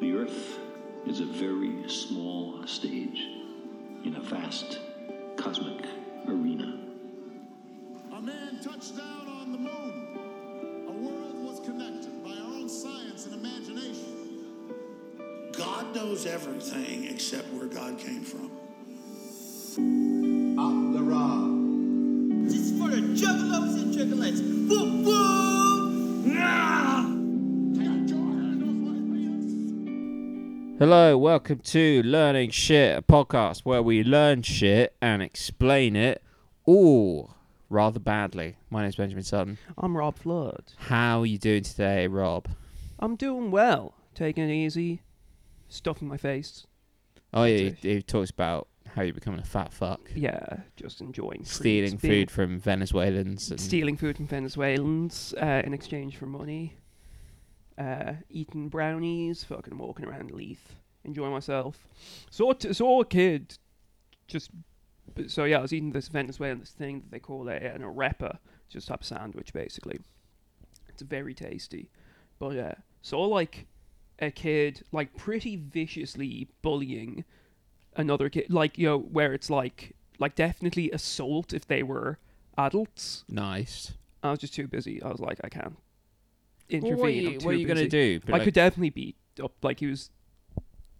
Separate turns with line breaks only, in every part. The Earth is a very small stage in a vast cosmic arena.
A man touched down on the moon. A world was connected by our own science and imagination.
God knows everything except where God came from.
Up the road.
This is for the juggalos and juggalettes. Boom, boom! Yeah!
Hello, welcome to Learning Shit, a podcast where we learn shit and explain it all rather badly. My name's Benjamin Sutton.
I'm Rob Flood.
How are you doing today, Rob?
I'm doing well. Taking it easy. Stuff in my face.
Oh, yeah,
Today.
he, he talks about how you're becoming a fat fuck,
Yeah, just enjoying. treats,
stealing
being-
food from Venezuelans, and
Stealing food from Venezuelans uh, in exchange for money. Uh, eating brownies. Fucking walking around Leith. Enjoying myself. Saw, t- saw a kid. Just. but- So yeah, I was eating this Venezuelan this thing that they call it an arepa. It's just a type of sandwich, basically. It's very tasty. But uh, saw like a kid like pretty viciously bullying another kid, like you know where it's like like definitely assault if they were adults.
nice.
I was just too busy. I was like, I can't
Well,
intervene.
what are you,
I'm
what are
too
you gonna
busy.
do? But
I could definitely beat up. Like he was,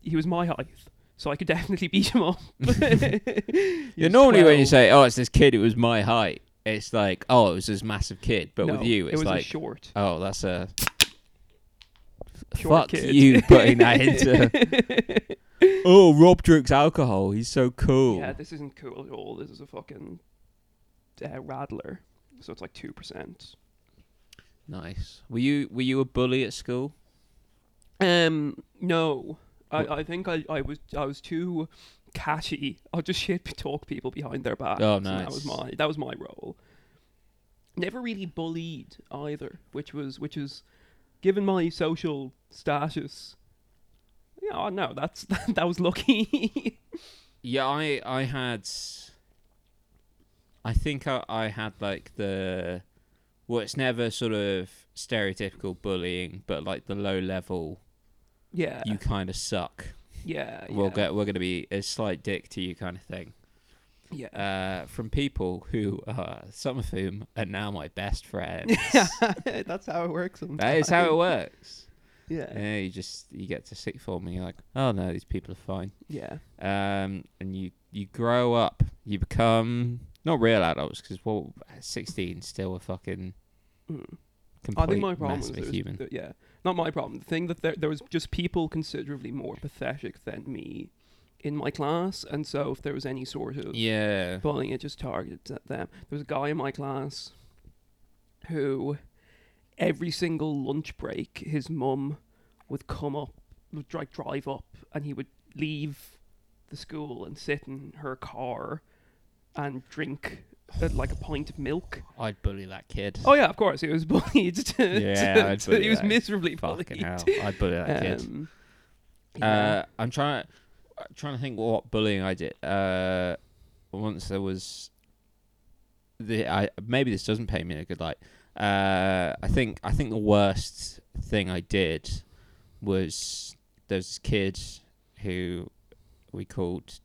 he was my height, so I could definitely beat him up.
yeah, normally when you say, "Oh, it's this kid, it was my height," it's like, "Oh, it was this massive kid." But with you,
it
it's
was a
like,
short.
"Oh, that's a."
Short
Fuck
kid.
you putting that into Oh, Rob drinks alcohol. He's so cool.
Yeah, this isn't cool at all. This is a fucking uh, rattler. So it's like two percent.
nice. Were you were you a bully at school?
Um, no, I, I think I, I was I was too catchy. I'll just shit talk people behind their backs.
Oh,
and That was
nice.
my that was my role. Never really bullied either, which was which is, given my social status. Yeah, oh no, that's that was lucky.
Yeah, I I had. I think I, I had like the, well, it's never sort of stereotypical bullying, but like the low level.
yeah,
you kind of suck.
yeah,
We'll
Uh, yeah,
get we're gonna be a slight dick to you kind of thing.
yeah.
Uh, from people who uh, some of whom are now my best friends.
that's how it works.
that is how it works.
Yeah,
Yeah, you just you get to sixth form and you're like, oh no, these people are fine.
yeah.
Um, and you you grow up, you become not real adults because well, at sixteen still a fucking complete
Mm. I think my problem
mess
was,
of
it
a
was
human.
that- yeah, not my problem. The thing that there, there was just people considerably more pathetic than me in my class, and so if there was any sort of
yeah,
bullying, it just targeted at them. There was a guy in my class who, every single lunch break, his mum would come up, would like drive up, and he would leave the school and sit in her car and drink uh, like a pint of milk
I'd bully that kid.
Oh yeah, of course. He was bullied. To,
Yeah,
to-
I'd
to-
bully
he was
that.
miserably
Fucking
bullied.
hell, I'd bully that kid.
Um,
Uh, I'm trying trying to think what bullying I did. Uh, once there was the I maybe this doesn't pay me in a good light. Uh, I think I think the worst thing I did was there's this kid who we called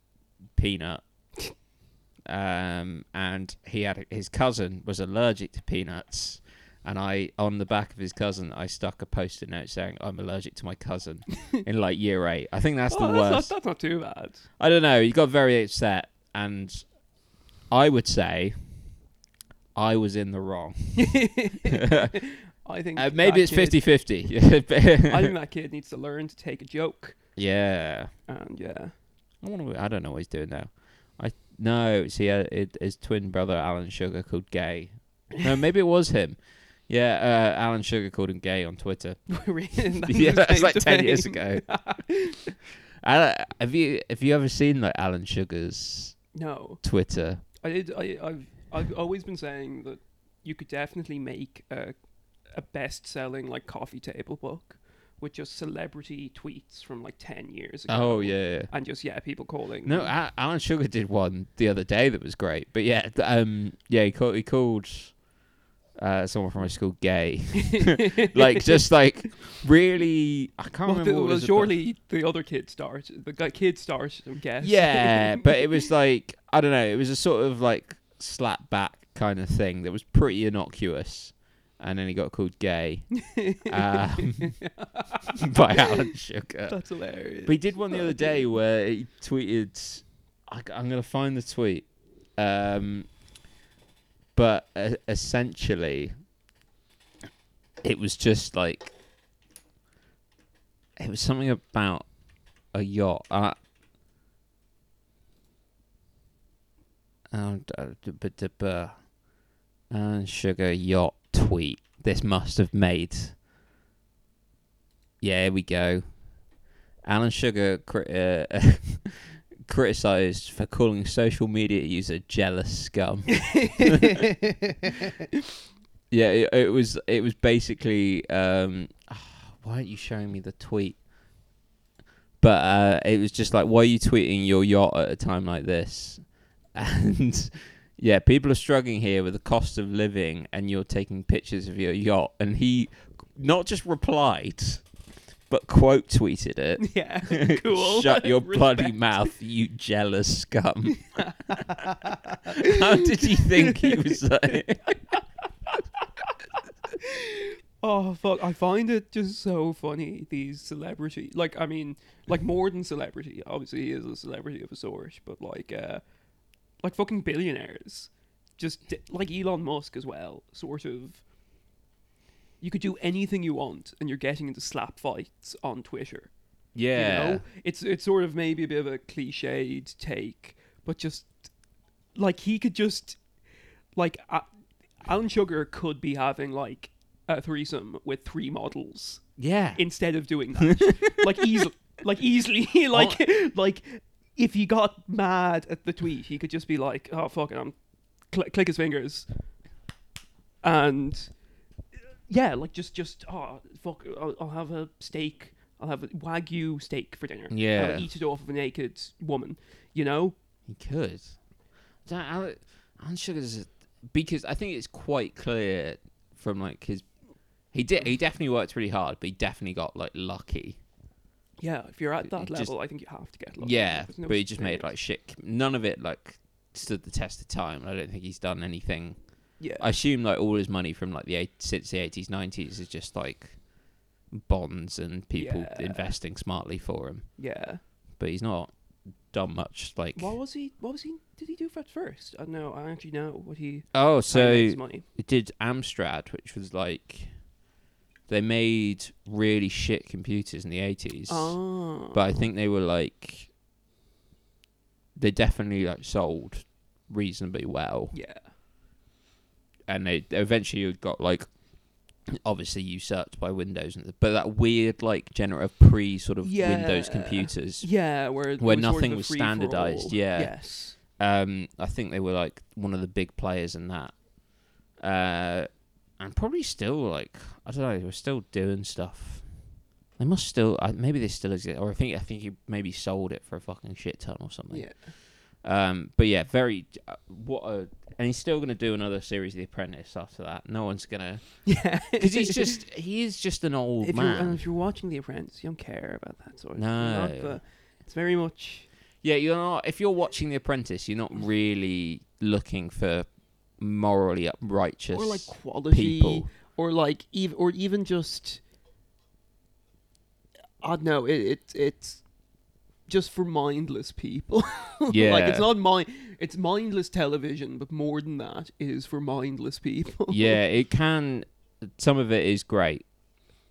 Peanut. Um, and he had a, his cousin was allergic to peanuts, and I on the back of his cousin I stuck a post-it note saying I'm allergic to my cousin in like year eight. I think that's
oh,
the
that's,
worst.
Not, that's not too bad.
I don't know. He got very upset, and I would say I was in the wrong.
I think
Uh, maybe it's
that kid-
50
I
50.
think that kid needs to learn to take a joke.
yeah.
And yeah,
I wonder. I don't know what he's doing now. I no. See, uh, it, his twin brother Alan Sugar called Gay. No, maybe it was him. Yeah, uh, Alan Sugar called him Gay on Twitter.
We're in that
yeah,
was
it's like
made to
ten years
fame.
ago. Alan, have you have you ever seen like Alan Sugar's
No,
Twitter?
I did. I, I've I've always been saying that you could definitely make a a best-selling like coffee table book with just celebrity tweets from like ten years ago.
Oh yeah. yeah.
And just yeah, people calling.
No,
them.
A- Alan Sugar did one the other day that was great. But yeah, th- um, yeah, he called, he called uh, someone from my school gay. like just like really, I can't
Well,
remember.
the,
what it
well
was about.
surely the other kid stars, the guy- kid stars, I guess.
Yeah, but it was like I don't know. It was a sort of like slap back kind of thing that was pretty innocuous, and then he got called gay um, by Alan Sugar.
that's hilarious.
But he did one the other day where he tweeted. I, am gonna find the tweet, um, but uh, essentially, it was just like it was something about a yacht. Uh, um, d- uh, d- b- d- b- Alan sugar yacht tweet. This must have made. Yeah, here we go. Alan Sugar cri- uh, criticized for calling social media user jealous scum. yeah, it, it was. It was basically. Um, why aren't you showing me the tweet? But uh, it was just like, why are you tweeting your yacht at a time like this? And yeah, people are struggling here with the cost of living, and you're taking pictures of your yacht. And he not just replied, but quote tweeted it.
yeah, cool.
Shut your bloody
Respect.
mouth, you jealous scum. How did you think he was like?
Oh fuck! I find it just so funny these celebrity, like I mean, like more than celebrity. Obviously, he is a celebrity of a sort, but like, uh like fucking billionaires, just d- like Elon Musk as well. Sort of, you could do anything you want, and you're getting into slap fights on Twitter.
Yeah.
You know? It's it's sort of maybe a bit of a cliched take, but just like he could just like uh, Alan Sugar could be having like a threesome with three models
Yeah.
instead of doing that, like easily, like easily, like like if he got mad at the tweet, he could just be like, "Oh fuck it," I'm cl- click his fingers, and yeah, like just just oh fuck, I'll, I'll have a steak, I'll have a wagyu steak for dinner,
Yeah.
I'll eat it off of a naked woman, you know.
he could. Don't- Alan, Alan Sugar's a- because I think it's quite clear from like his. He did. He definitely worked really hard, but he definitely got like lucky.
Yeah, if you're at that
It just-
level, I think you have to get. lucky.
Yeah,
There's no
but he
such
just
thing
made
as-
like shit. None of it like stood the test of time. I don't think he's done anything
yeah.
I assume like all his money from like the eight, since the eighties, nineties is just like bonds and people
Yeah.
investing smartly for him.
yeah.
But he's not done much. Like
What was he? What was he? Did he do for at first? I don't know. I actually know what he.
oh,
how he made
so
his money.
it did Amstrad, which was like they made really shit computers in the eighties,
Oh.
but I think they were like they definitely like sold reasonably well.
yeah.
and they they eventually you got like obviously usurped by Windows, and but that weird like genre of pre sort of Windows
Yeah.
computers.
Yeah, where it
Where
was sort of
nothing
a
was
free-for-all.
standardized, yeah.
Yes.
Um, I think they were like one of the big players in that, uh, and probably still like I don't know, they were still doing stuff. They must still I maybe they still exist, or I think I think you maybe sold it for a fucking shit ton or something.
Yeah.
Um, but yeah, very uh, what a and he's still gonna do another series of The Apprentice after that. No one's gonna
Yeah.
Because he's just he is just an old
if you're,
man.
and if you're watching The Apprentice, you don't care about that sort of
No.
thing. Not the- It's very much.
yeah, you're not. If you're watching The Apprentice, you're not really looking for morally uprighteous.
or like quality.
people.
Or like. Ev- or even just. I don't know. It, it, it's just for mindless people. like,
Yeah.
it's not mind. It's mindless television, but more than that, it is for mindless people.
yeah, it can. Some of it is great.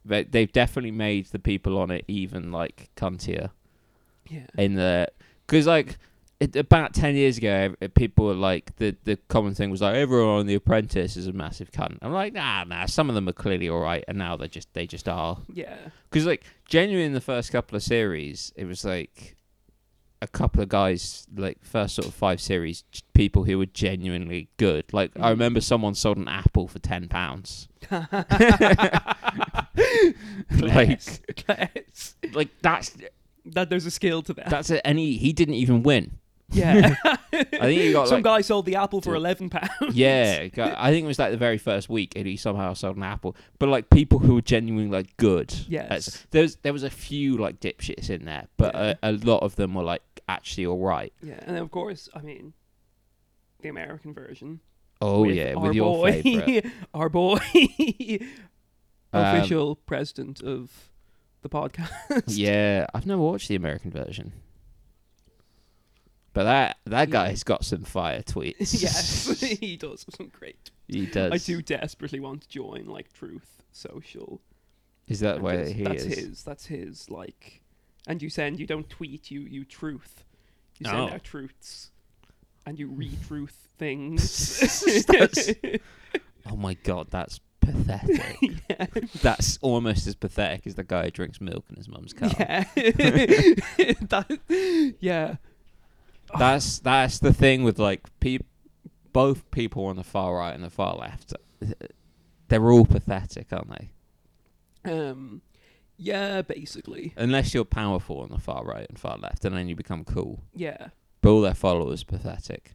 They they've definitely made the people on it even like cuntier
yeah.
in the because like it, about ten years ago, ev- eh, people were like the the common thing was like everyone on The Apprentice is a massive cunt. I'm like nah nah. Some of them are clearly all right, and now they just they just are.
Yeah.
Because like genuinely in the first couple of series, it was like a couple of guys like first sort of five series j- people who were genuinely good. Like I remember someone sold an apple for ten pounds. like
Class. Class.
like that's
that there's a skill to that.
that's it. And he, he didn't even win.
yeah.
I think he got
Some
like,
guy sold the apple for eleven pounds.
Yeah, got- I think it was like the very first week, and he somehow sold an apple. But like people who were genuinely like good.
Yes.
That's- there was there was a few like dipshits in there, but a, a lot of them were like actually all right.
Yeah, and then of course, I mean, the American version.
Oh
with
yeah,
our
with your
boy,
favorite.
our boy,
Um,
official president of the podcast.
yeah, I've never watched the American version. But that that guy's got some fire tweets.
yes, he does have some great.
he does.
I do desperately want to join like Truth Social.
Is that
and
where
just-
he
that's
is?
his. That's his. Like, and you send. You don't tweet. You you truth. You send
Oh.
out truths, and you retruth things.
That's- oh my god, that's pathetic. That's almost as pathetic as the guy who drinks milk in his mum's car.
Yeah. That- yeah.
That's that's the thing with like pe- both people on the far right and the far left. They're all pathetic, aren't they?
Um, yeah, basically.
Unless you're powerful on the far right and far left, and then you become cool.
Yeah.
But all their followers are pathetic.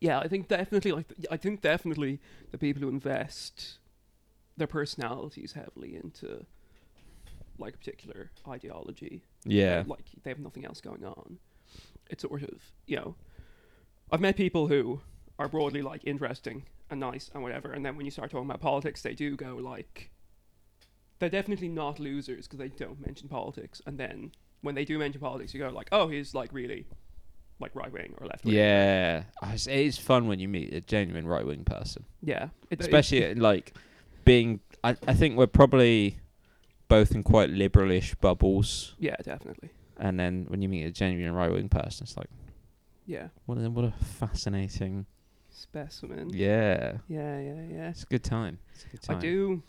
Yeah, I think definitely like th- I think definitely the people who invest their personalities heavily into like a particular ideology
Yeah.
like they have nothing else going on. It's sort of you know, I've met people who are broadly like interesting and nice and whatever, and then when you start talking about politics, they do go like, they're definitely not losers because they don't mention politics, and then when they do mention politics, you go like, oh, he's like really, like right wing or left wing.
Yeah. I s- It is fun when you meet a genuine right wing person.
yeah, It- it-
especially at, like being I, I think we're probably both in quite liberalish bubbles
yeah, definitely,
and then when you meet a genuine right wing person it's like
yeah,
what a, what a fascinating
specimen.
yeah
yeah, yeah, yeah.
it's a good time it's a good
I
time
do.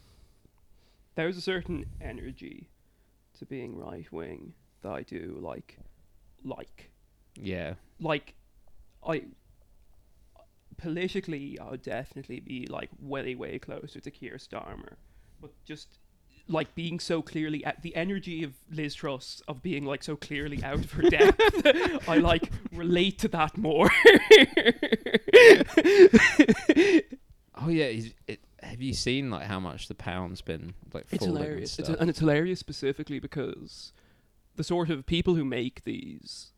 There's a certain energy to being right wing that I do like, like,
yeah
like, I. Politically, I would definitely be like way, way closer to Keir Starmer, but just like being so clearly at the energy of Liz Truss of being like so clearly out of her depth, I like relate to that more.
oh yeah he's, it, have you seen like how much the pound's been like
It's
falling
hilarious,
and
it's,
stuff?
and it's hilarious specifically because the sort of people who make these,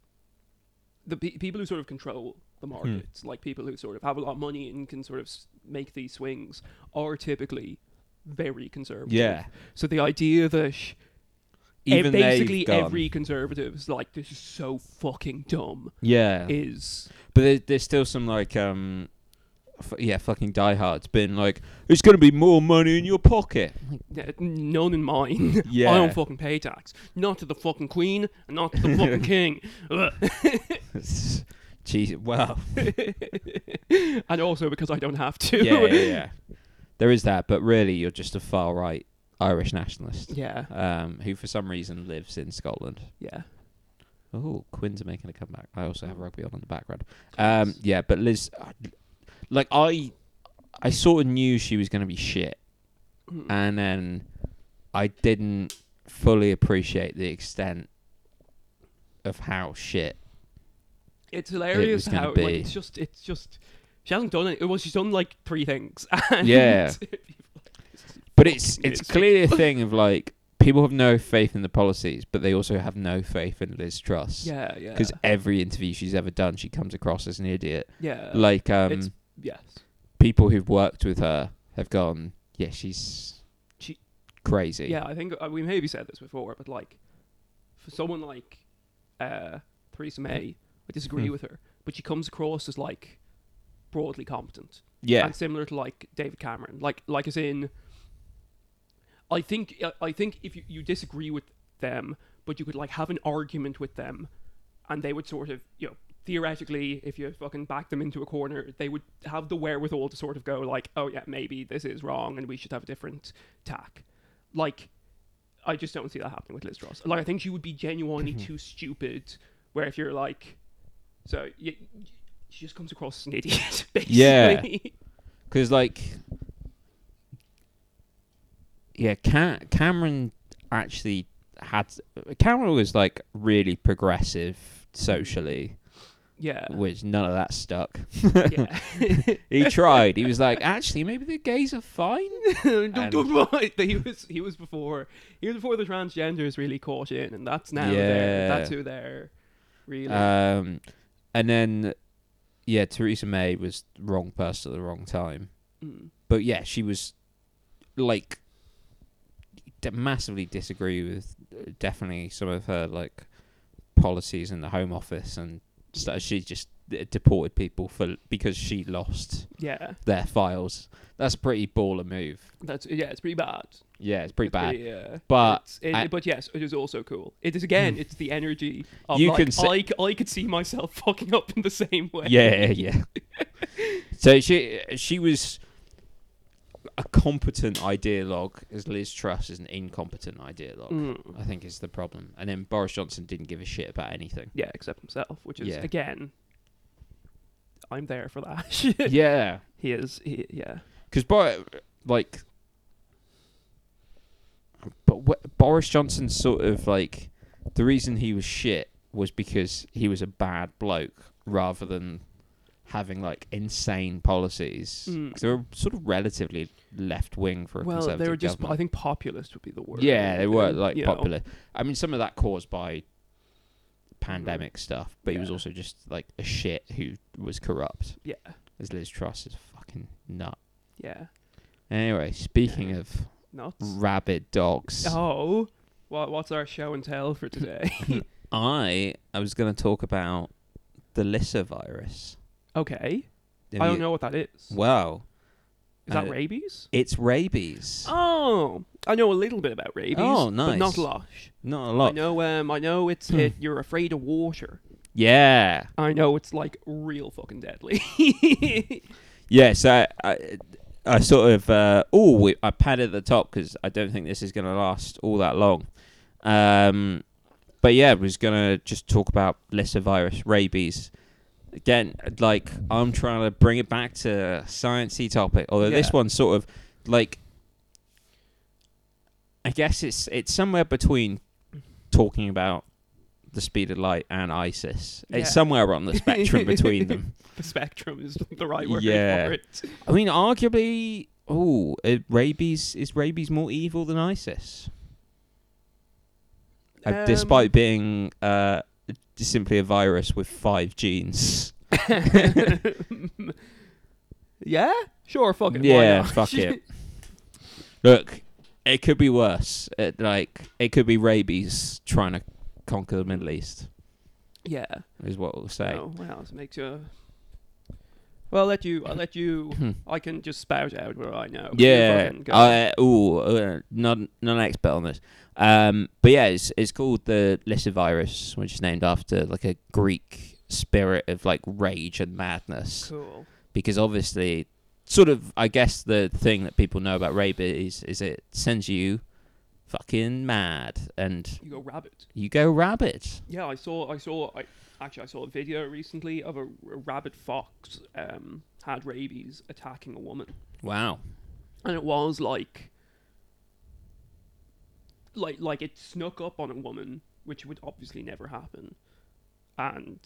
the pe- people who sort of control the
Hmm.
markets, like people who sort of have a lot of money and can sort of s- make these swings, are typically very conservative.
Yeah.
So the idea that sh- ev-
Even they've
basically
gone.
every conservative is like, this is so fucking dumb,
yeah
is
But there, there's still some like um, f- yeah, fucking diehards been like, it's gonna be more money in your pocket. I'm like,
Yeah, none in mine. I
Yeah.
don't fucking pay tax. Not to the fucking queen, and not to the fucking king. Ugh.
Jesus, wow.
and also because I don't have to.
yeah, yeah, yeah. There is that, but really, you're just a far right Irish nationalist.
Yeah.
Um, who for some reason lives in Scotland.
Yeah.
Oh, Quins are making a comeback. I also have rugby on in the background. Um, yeah, but Liz, like I, I sort of knew she was going to be shit, and then I didn't fully appreciate the extent of how shit.
It's hilarious
gonna
how
be.
like it's just it's just she hasn't done it. Well, she's done like three things. And
Yeah. But it's it's
It's-
clearly a thing of like people have no faith in the policies, but they also have no faith in Liz Truss.
Yeah, yeah.
Because every interview she's ever done, she comes across as an idiot.
yeah,
like um,
it's yes.
people who've worked with her have gone, yeah, she's
She-
crazy.
Yeah, I think uh, we maybe said this before, but like for someone like uh, Theresa May, I disagree with her, but she comes across as like broadly competent.
Yeah.
and similar to like David Cameron, like like as in. I think I- I think if you, you disagree with them, but you could like have an argument with them, and they would sort of you know theoretically, if you fucking back them into a corner, they would have the wherewithal to sort of go like, oh yeah, maybe this is wrong, and we should have a different tack. Like, I just don't see that happening with Liz Truss. Like, I think she would be genuinely
Mm-hmm.
too stupid. Where if you're like, so you, she just comes across as an idiot, basically.
Yeah. Because like, yeah, Ca- Cameron actually had Cameron was like really progressive socially,
Yeah.
which none of that stuck.
yeah.
he tried. He was like, actually, maybe the gays are fine.
Don't talk
Um,
about it. He was he was before he was before the transgenders really caught in, and that's now
Yeah.
there. That's who they're really.
Um, and then, yeah, Theresa May was the wrong person at the wrong time.
Mm.
But yeah, she was like d- massively disagree with uh, definitely some of her like policies in the Home Office and stuff. She just uh, deported people for because she lost
yeah,
their files. That's a pretty baller move.
that's yeah. It's pretty bad.
Yeah, it's pretty
It's
bad.
pretty, uh,
But
it's- it-
I- Mm.
but yes, it is also cool. It is again. it's the energy. Of
You
like,
can say-
I, c- I could see myself fucking up in the same way.
Yeah, yeah. so she she was a competent ideologue, as Liz Truss is an incompetent ideologue. I think is the problem. And then Boris Johnson didn't give a shit about anything.
Yeah, except himself, which is
Yeah.
again. I'm there for that.
Yeah,
he is. He, yeah.
because Bor- like, but wh- Boris Johnson sort of like the reason he was shit was because he was a bad bloke rather than having like insane policies. 'Cause they were sort of relatively left wing for a
Mm. Well,
conservative
they were just.
government.
I think populist would be the word.
yeah, they were like
You know,
popular. I mean, some of that caused by pandemic stuff, but he was
Mm. Yeah.
also just like a shit who was corrupt.
Yeah.
As Liz Truss is a fucking nut.
Yeah.
Anyway, speaking of
Nuts.
rabid dogs.
Oh, what, what's our show and tell for today?
I I was going to talk about the Lissa virus.
okay,
Have
I don't
you-
know what that is. Is
Well,
that
uh,
rabies?
it's rabies.
Oh, I know a little bit about rabies.
Oh,
but
nice.
not lush.
Not a
I
lot.
know. Um, I know it's it, you're afraid of water.
Yeah.
I know it's like real fucking deadly.
Yeah, so I, I, I sort of uh, oh we- I padded the top because I don't think this is going to last all that long. Um, but yeah, I was going to just talk about Lissa virus, rabies. Again, like I'm trying to bring it back to a sciencey topic, although this
Yeah.
one's sort of like I guess it's it's somewhere between talking about the speed of light and ISIS.
Yeah.
It's somewhere on the spectrum between them.
the spectrum is the right word
Yeah.
for it.
I mean, arguably, oh, uh, rabies is rabies more evil than ISIS, Uh,
Um,
despite being uh, simply a virus with five genes.
Yeah. Sure. Fuck it. why
yeah,
not?
fuck it. Look, it could be worse. It, like, it could be rabies trying to conquer the Middle East.
yeah.
Is what we'll say.
Oh wow, this makes you. Well, I'll let you. I'll let you. I can just spout out what I know. You
Hmm. Yeah.
fucking go.
I, ooh, uh, not not an expert on this. Um, but yeah, it's it's called the Lyssa virus, which is named after like a Greek spirit of like rage and madness.
cool.
Because obviously, sort of, I guess the thing that people know about rabies is it sends you fucking mad, and
You go rabbit.
you go rabid.
Yeah, I saw. I saw. I actually I saw a video recently of a, a rabbit fox um, had rabies attacking a woman,
Wow.
and it was like, like like it snuck up on a woman, which would obviously never happen, and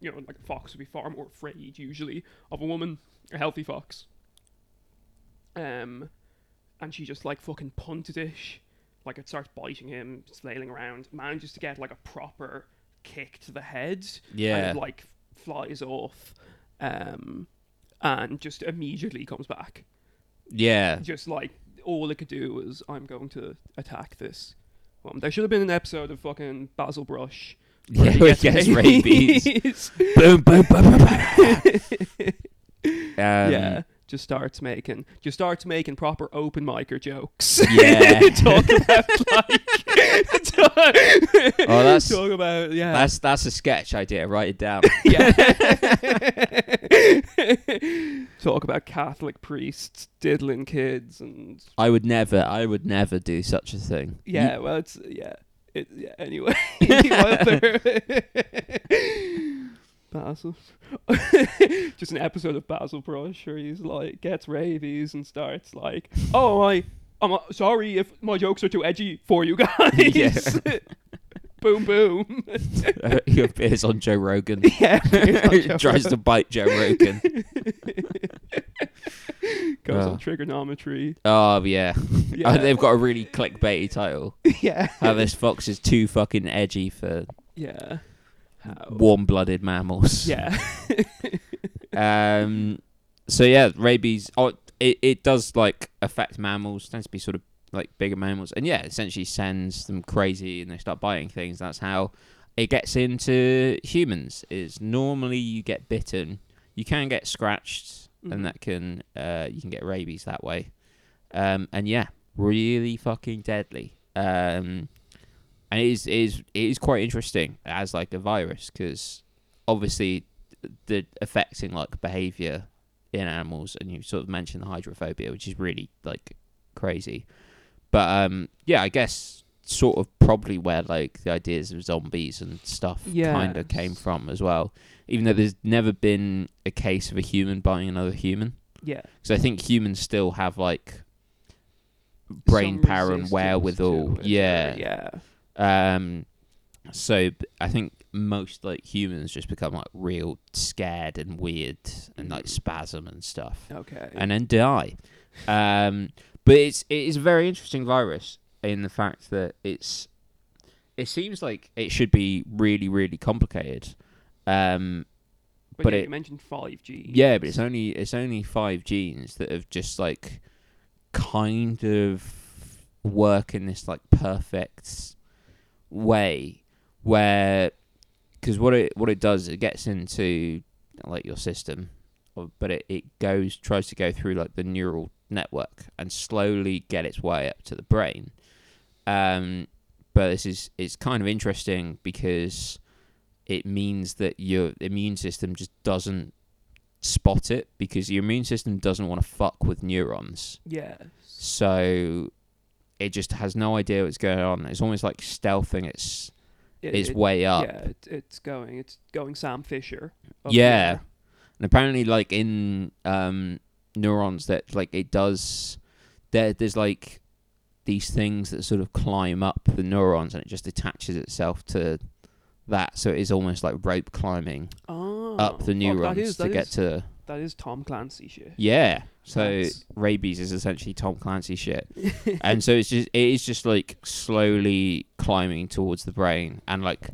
you know like a fox would be far more afraid usually of a woman, a healthy fox. Um, and she just like fucking punted ish. Like it starts biting him, flailing around, manages to get like a proper kick to the head.
Yeah.
And it, like flies off. Um and just immediately comes back.
Yeah.
Just like all it could do was I'm going to attack this. Um, there should have been an episode of fucking Basil Brush. where
Yeah,
he
where he gets rabies.
rabies.
boom, boom, boom, boom, boom. um,
yeah. Just starts making just starts making proper open micer jokes.
Yeah.
talk about like talk,
Oh, that's
talk about yeah
that's that's a sketch idea. Write it down.
yeah talk about Catholic priests diddling kids and
I would never, I would never do such a thing. You-
yeah well it's yeah it yeah anyway What other- Basil just an episode of Basil Brush where he's like gets rabies and starts like oh I I'm uh, sorry if my jokes are too edgy for you guys. boom, boom.
he appears uh, on Joe Rogan.
yeah.
tries to bite Joe Rogan.
Goes
Oh.
on trigonometry.
Oh yeah,
Yeah.
Oh, they've got a really clickbaity title.
yeah.
How this fox is too fucking edgy for
Yeah. How?
warm-blooded mammals.
Oh. Yeah.
Um. So yeah, rabies. Oh, it it does like affect mammals. Tends to be sort of like bigger mammals, and yeah, essentially sends them crazy, and they start biting things. That's how it gets into humans. Is normally you get bitten, you can get scratched, and that can uh you can get rabies that way. Um. And yeah, really fucking deadly. Um. And it is it is it is quite interesting as like a virus because obviously the affecting like behavior in animals and you sort of mentioned the hydrophobia which is really like crazy but um yeah i guess sort of probably where like the ideas of zombies and stuff kind of came
Yes.
from as well even though there's never been a case of a human biting another human
yeah.
because i think humans still have like brain
Some
power and
resistance
wherewithal
to it,
yeah
Yeah.
um, so b- I think most like humans just become like real scared and weird and
Mm.
like spasm and stuff,
Okay.
and then die. Um, but it's it is a very interesting virus in the fact that it's it seems like it should be really really complicated. Um,
but
but
yeah,
it-
you mentioned 5G.
yeah, but it's only it's only five genes that have just like kind of work in this like perfect way where because what it what it does it gets into like your system, or- but it it goes tries to go through like the neural network and slowly get its way up to the brain. Um, but this is it's kind of interesting because it means that your immune system just doesn't spot it because your immune system doesn't want to fuck with neurons.
Yes.
So it just has no idea what's going on. It's almost like stealthing its
It-
its
it-
way up.
Yeah, it, it's going. It's going Sam Fisher. up
yeah.
there.
And apparently like in um neurons that like it does there there's like these things that sort of climb up the neurons and it just attaches itself to that so it is almost like rope climbing
Oh,
up the
fuck,
neurons
that is,
to
that
get
is-
to
That is Tom Clancy shit.
Yeah. So
That's-
rabies is essentially Tom Clancy shit, and so it's just it is just like slowly climbing towards the brain, and like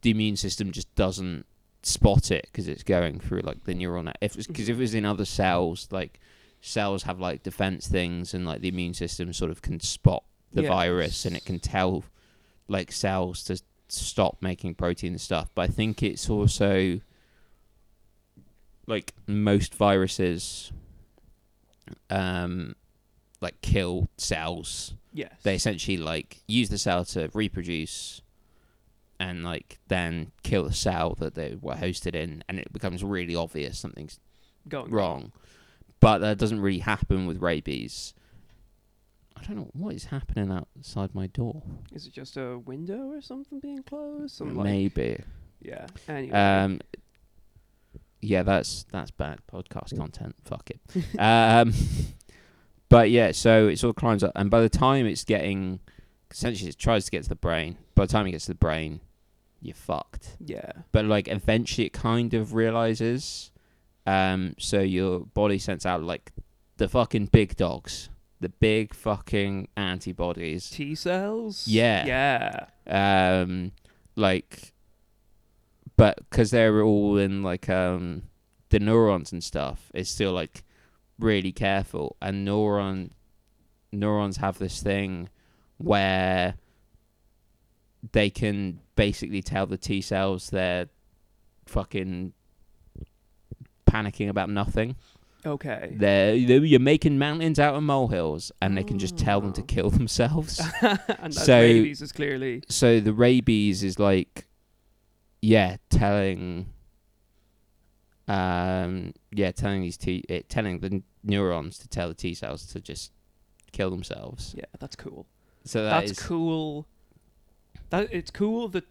the immune system just doesn't spot it because it's going through like the neural net. If because if it was in other cells, like cells have like defense things, and like the immune system sort of can spot the
Yeah.
virus and it can tell like cells to stop making protein and stuff. But I think it's also like most viruses um like kill cells
Yes.
they essentially like use the cell to reproduce and like then kill the cell that they were hosted in and it becomes really obvious something's
going
wrong but that doesn't really happen with rabies i don't know what is happening outside my door
Is it just a window or something being closed? Some, like-
maybe
Yeah. Anyway.
Um, yeah, that's that's bad podcast content. Fuck it. um, but yeah, so it sort of climbs up, and by the time it's getting, essentially, it tries to get to the brain. By the time it gets to the brain, you're fucked.
yeah.
But like, eventually, it kind of realizes. Um, so your body sends out like the fucking big dogs, the big fucking antibodies
T cells.
Yeah.
Yeah.
um like but because they're all in like um the neurons and stuff it's still like really careful and neuron neurons have this thing where they can basically tell the t cells they're fucking panicking about nothing
Okay.
they're you're making mountains out of molehills and they can just tell them to
Oh.
kill themselves
and that's
So-
rabies is clearly.
so the rabies is like yeah telling um yeah telling these t it, telling the n- neurons to tell the t cells to just kill themselves
Yeah, that's cool.
so that
that's
is-
cool. That it's cool that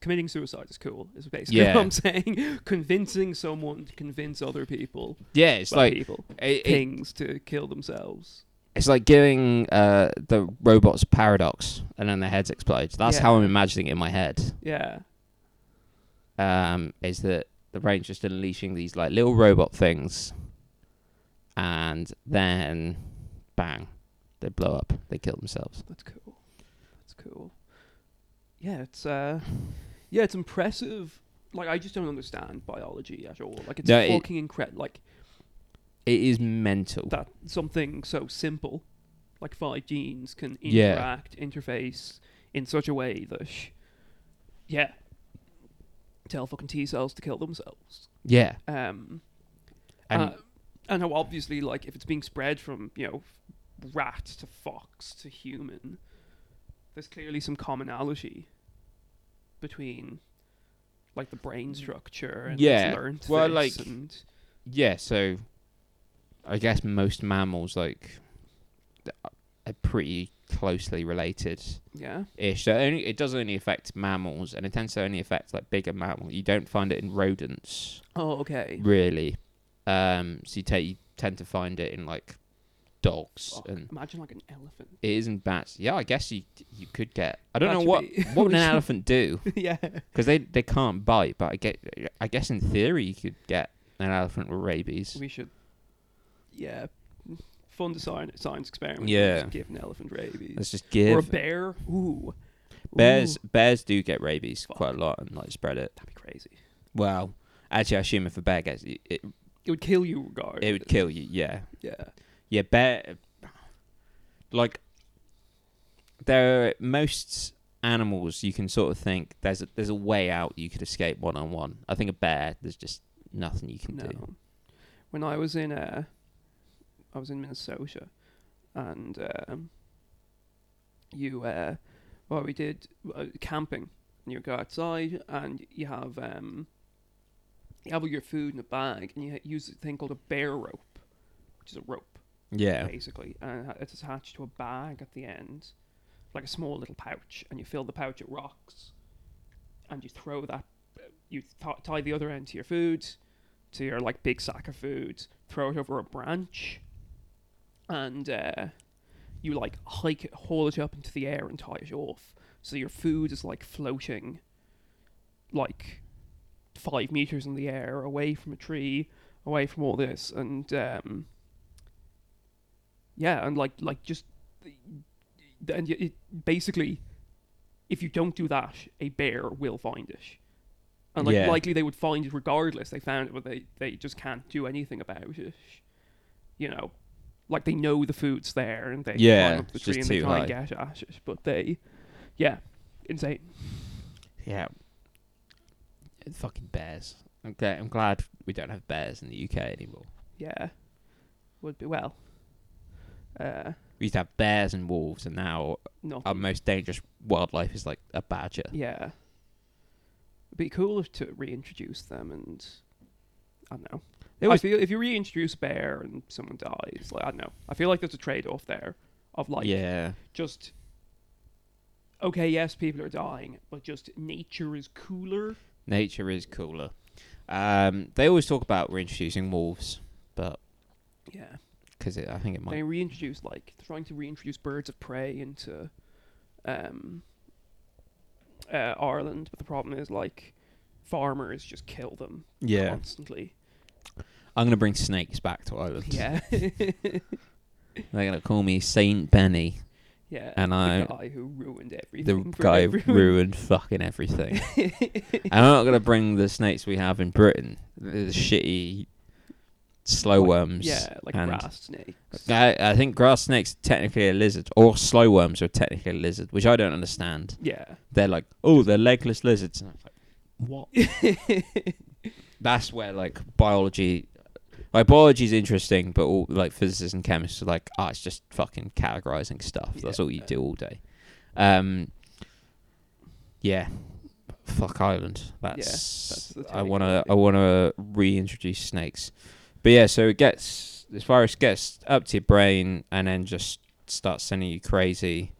committing suicide is cool. Is basically
Yeah.
what I'm saying. Convincing someone to convince other people,
yeah it's
well,
like
people,
it, it-
things to kill themselves.
it's like giving uh, the robots paradox and then their heads explode. That's
Yeah.
how I'm imagining it in my head.
Yeah.
Um, is that the brain's just unleashing these like little robot things, and then bang, they blow up. They kill themselves.
That's cool. That's cool. Yeah, it's uh yeah, it's impressive. Like I just don't understand biology at all. Like it's
No, it-
fucking incredible. Like
It is mental.
that something so simple, like five genes, can
Yeah.
interact, interface in such a way that, sh- yeah, tell fucking T cells to kill themselves.
yeah,
Um,
and
uh, and how obviously, like, if it's being spread from you know rat to fox to human, there's clearly some commonality between like the brain structure and
Yeah,
learned
well,
this
like-
and
yeah. So, I guess most mammals like th- uh, are pretty closely related.
yeah,
ish. So only it does only affect mammals, and it tends to only affect like bigger mammals. You don't find it in rodents
oh okay,
really. Um, so you, ta you tend to find it in like dogs,
Fuck,
and
imagine like an elephant.
it isn't bats. Yeah, I guess you you could get. I don't
That
know
should
what
be-
what would
we
an
should-
elephant do
yeah.
because they they can't bite. But I get I guess in theory you could get an elephant with rabies.
We should, yeah, fund a science, science experiment. and
Yeah.
just give an elephant rabies.
Let's just
or a
give
bear. Ooh,
bears
Ooh,
bears do get rabies quite a lot and like spread it.
that'd be crazy.
Well, actually, I assume if a bear gets it, it,
It would kill you, regardless.
it would kill you. Yeah,
Yeah,
Yeah, bear. Like, there are most animals you can sort of think there's a, there's a way out you could escape one on one. I think a bear, there's just nothing you can
no.
do.
When I was in, uh, I was in Minnesota, and um, you, uh, well, we did uh, camping. And you go outside, and you have um, you have all your food in a bag, and you use a thing called a bear rope, which is a rope.
Yeah.
basically, and ha- it's attached to a bag at the end, like a small little pouch, and you fill the pouch with rocks, and you throw that, you th- tie the other end to your food, to your like big sack of food, throw it over a branch, and uh, you like hike it, haul it up into the air and tie it off, so your food is like floating, like five meters in the air, away from a tree, away from all this, and um, yeah, and like like just and y- it basically, if you don't do that, a bear will find it, and like
Yeah.
likely they would find it regardless. They found it, but they they just can't do anything about it. You know, like they know the food's there and they
Yeah,
climb up the
it's
tree
just
and they
too
try and
high.
get at it, but they, yeah, insane.
Yeah. Fucking bears. I'm glad, I'm glad we don't have bears in the UK anymore.
Yeah, would be well. Uh,
We used to have bears and wolves, and now
not
our most dangerous wildlife is like a badger.
Yeah. It'd be cool if to reintroduce them and I don't know.
It was-
I feel if you reintroduce a bear and someone dies, like I don't know. I feel like there's a trade off there of like
yeah.
just okay, yes, people are dying, but just nature is cooler.
Nature is cooler. Um, they always talk about reintroducing wolves, but
Yeah.
because I think it might
They reintroduce like trying to reintroduce birds of prey into um uh, Ireland, but the problem is like farmers just kill them
Yeah.
constantly.
I'm gonna bring snakes back to Ireland.
Yeah.
They're gonna call me Saint Benny,
Yeah,
And
the
I-
guy who ruined
the
everything. for
guy who
everyone.
ruined fucking everything. and I'm not gonna bring the snakes we have in Britain, the shitty slow worms.
Yeah, like
and
grass snakes.
I, I think grass snakes are technically a lizard, or slow worms are technically a lizard, which I don't understand.
Yeah,
They're like, oh, they're legless lizards. And I'm like, what? That's where like biology, like biology is interesting, but all like physicists and chemists are like, ah, it's just fucking categorizing stuff. That's all you do all day. Um, yeah, fuck Ireland. That's,
that's the
I
take,
wanna
really.
I wanna reintroduce snakes, but yeah, so it gets this virus gets up to your brain and then just starts sending you crazy.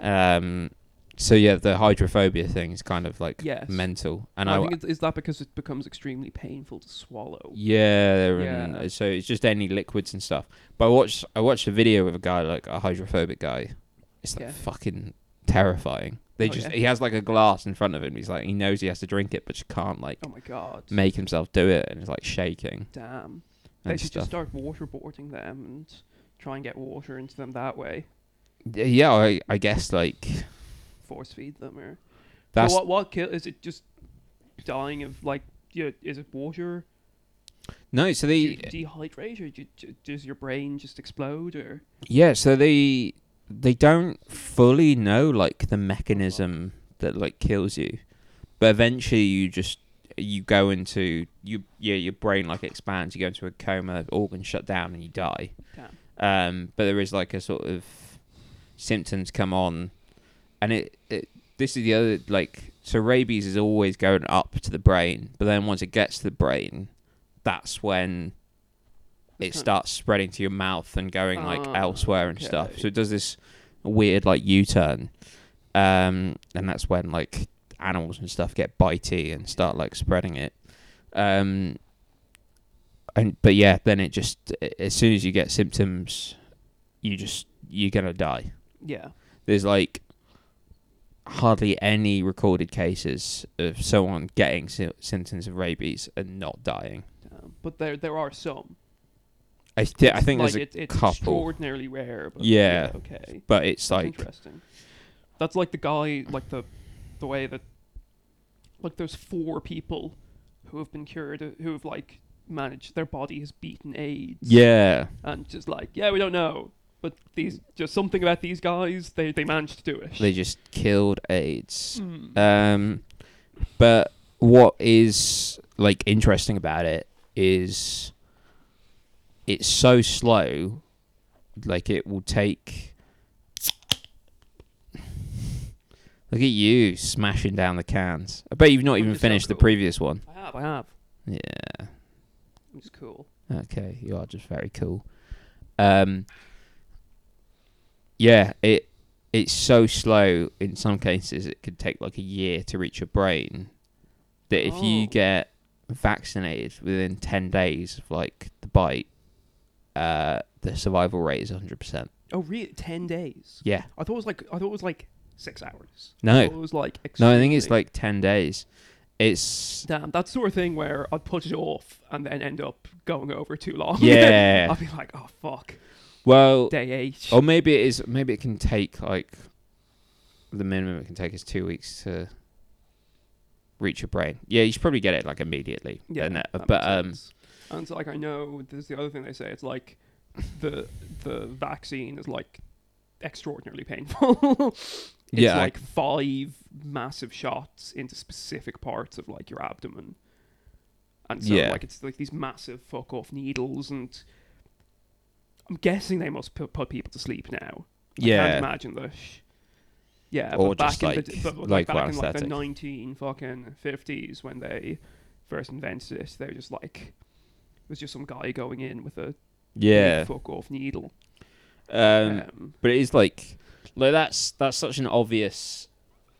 Um, So yeah, the hydrophobia thing is kind of like
Yes.
mental, and
And
I,
I, think it's, is that because it becomes extremely painful to swallow.
yeah,
Yeah.
And so it's just any liquids and stuff. But I watched I watched a video of a guy like a hydrophobic guy. It's like
Yeah.
fucking terrifying. They
Oh,
just
yeah.
he has like a glass in front of him. He's like he knows he has to drink it, but just can't like
Oh my god.
make himself do it, and he's like shaking
Damn. They
and
should just
stuff.
start waterboarding them and try and get water into them that way.
Yeah, I, I guess like
Force feed them or. So
that's
what what kill is it just dying of like you know, is it water
no. So
Do
the
you dehydration? Do you- do- does your brain just explode or
Yeah, so they they don't fully know like the mechanism that like kills you, but eventually you just you go into you yeah your brain like expands, you go into a coma, organs shut down, and you die.
damn?
Um, but there is like a sort of symptoms come on, and it, it this is the other like so rabies is always going up to the brain, but then once it gets to the brain, that's when it
Huh.
starts spreading to your mouth and going like
Ah,
elsewhere and stuff.
okay.
So it does this weird like U turn, um, and that's when like animals and stuff get bitey and start like spreading it. Um, and but yeah, then it just a- as soon as you get symptoms, you just you're gonna die.
Yeah.
There's like hardly any recorded cases of someone getting sy- symptoms of rabies and not dying.
Damn. But there there are some.
I, th- I think
like
there's a
it, it's
couple,
extraordinarily rare. But
Yeah.
Okay.
but it's
That's
like
interesting. That's like the guy, like the, the way that, like there's four people, who have been cured, uh, who have like managed their body has beaten AIDS,
yeah,
and just like yeah, we don't know, but these just something about these guys, they they managed to do it.
they just killed AIDS.
Mm.
Um, but what is like interesting about it is it's so slow. Like it will take. Look at you smashing down the cans. I bet you've not
I'm
even
just so
finished the
cool.
previous one.
I have, I have.
Yeah.
It's cool.
Okay, you are just very cool. Um, yeah, it it's so slow. In some cases, it could take like a year to reach your brain. That if
Oh.
you get vaccinated within ten days of like the bite, uh, the survival rate is hundred percent.
Oh, really? Ten days?
Yeah,
I thought it was like I thought it was like six hours.
No.
I thought it was like
no, I think it's
extremely-
like ten days. It's
Damn, that sort of thing where I'd put it off and then end up going over too long.
Yeah. Oh,
I'd be like, oh fuck,
well,
day eight.
or maybe it is. Maybe it can take like the minimum it can take is two weeks to reach your brain. Yeah, you should probably get it like immediately.
yeah,
and that-
that
but
makes
um,
sense. and so like I know there's the other thing they say. It's like the the vaccine is like extraordinarily painful. it's
Yeah, I-
like five massive shots into specific parts of like your abdomen, and so
Yeah.
like it's like these massive fuck off needles and. I'm guessing they must put, put people to sleep now. I
yeah,
can't imagine the sh- yeah,
Or
but back
just
in the,
like-
d- but like,
like
back in like the
anesthetic.
nineteen fucking fifties when they first invented it, they were just like it was just some guy going in with a big
yeah.
fuck off needle.
Um,
Um,
but it is like, like that's that's such an obvious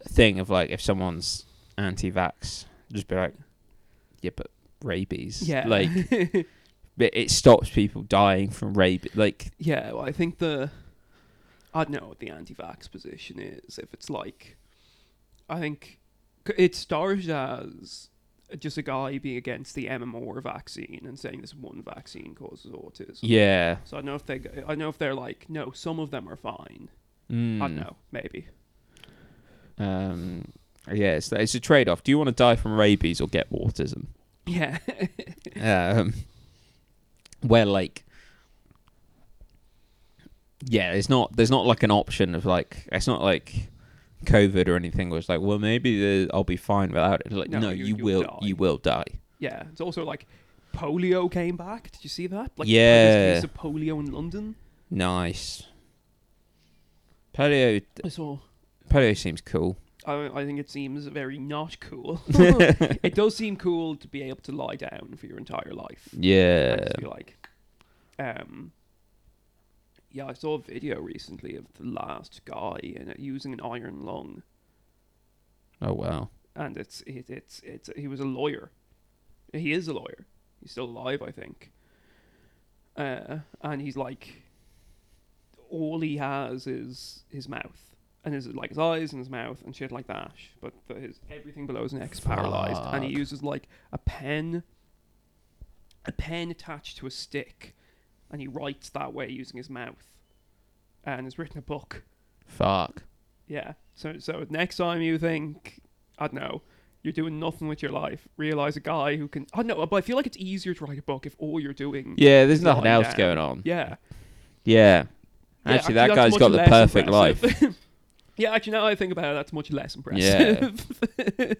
thing of like if someone's anti-vax, just be like, yeah, but rabies.
yeah,
like but it stops people dying from rabies. Like
yeah. Well, I think the I don't know what the anti-vax position is. If it's like, I think c- it started as just a guy being against the MMR vaccine and saying this one vaccine causes autism.
yeah,
So I know if they, go- I know if they're like, no, some of them are fine. I don't
Mm.
know, maybe.
Um, yeah, it's, it's a trade off. Do you want to die from rabies or get autism?
Yeah,
Um, where like, yeah, it's not. There's not like an option of like. It's not like COVID or anything. Where it's like, well, maybe the, I'll be fine without it. Like, no,
No,
you,
you- you'll
will.
die.
You will die.
yeah. It's also like polio came back. Did you see that? Like
Yeah.
first case of polio in London.
Nice. Polio.
I saw.
Polio seems cool.
I, I think it seems very not cool. it does seem cool to be able to lie down for your entire life.
Yeah.
And just be like, um, yeah, I saw a video recently of the last guy and using an iron lung
Oh wow.
and it's it, it's it's he was a lawyer. He is a lawyer. He's still alive, I think. Uh, and he's like, all he has is his mouth and his like his eyes and his mouth and shit like that. But the, his everything below his neck's paralyzed, and he
Fuck.
uses like a pen, a pen attached to a stick, and he writes that way using his mouth. And has written a book
Fuck.
yeah. So so next time you think I don't know, you're doing nothing with your life, realize a guy who can I don't know, but I feel like it's easier to write a book if all you're doing
Yeah, there's
is
nothing
lying
else
down.
going on.
Yeah.
Yeah.
Yeah,
Actually, that
that's
guy's
much
got the
less
perfect life.
impressive. yeah, actually now I think about it, that's much less impressive. Yeah.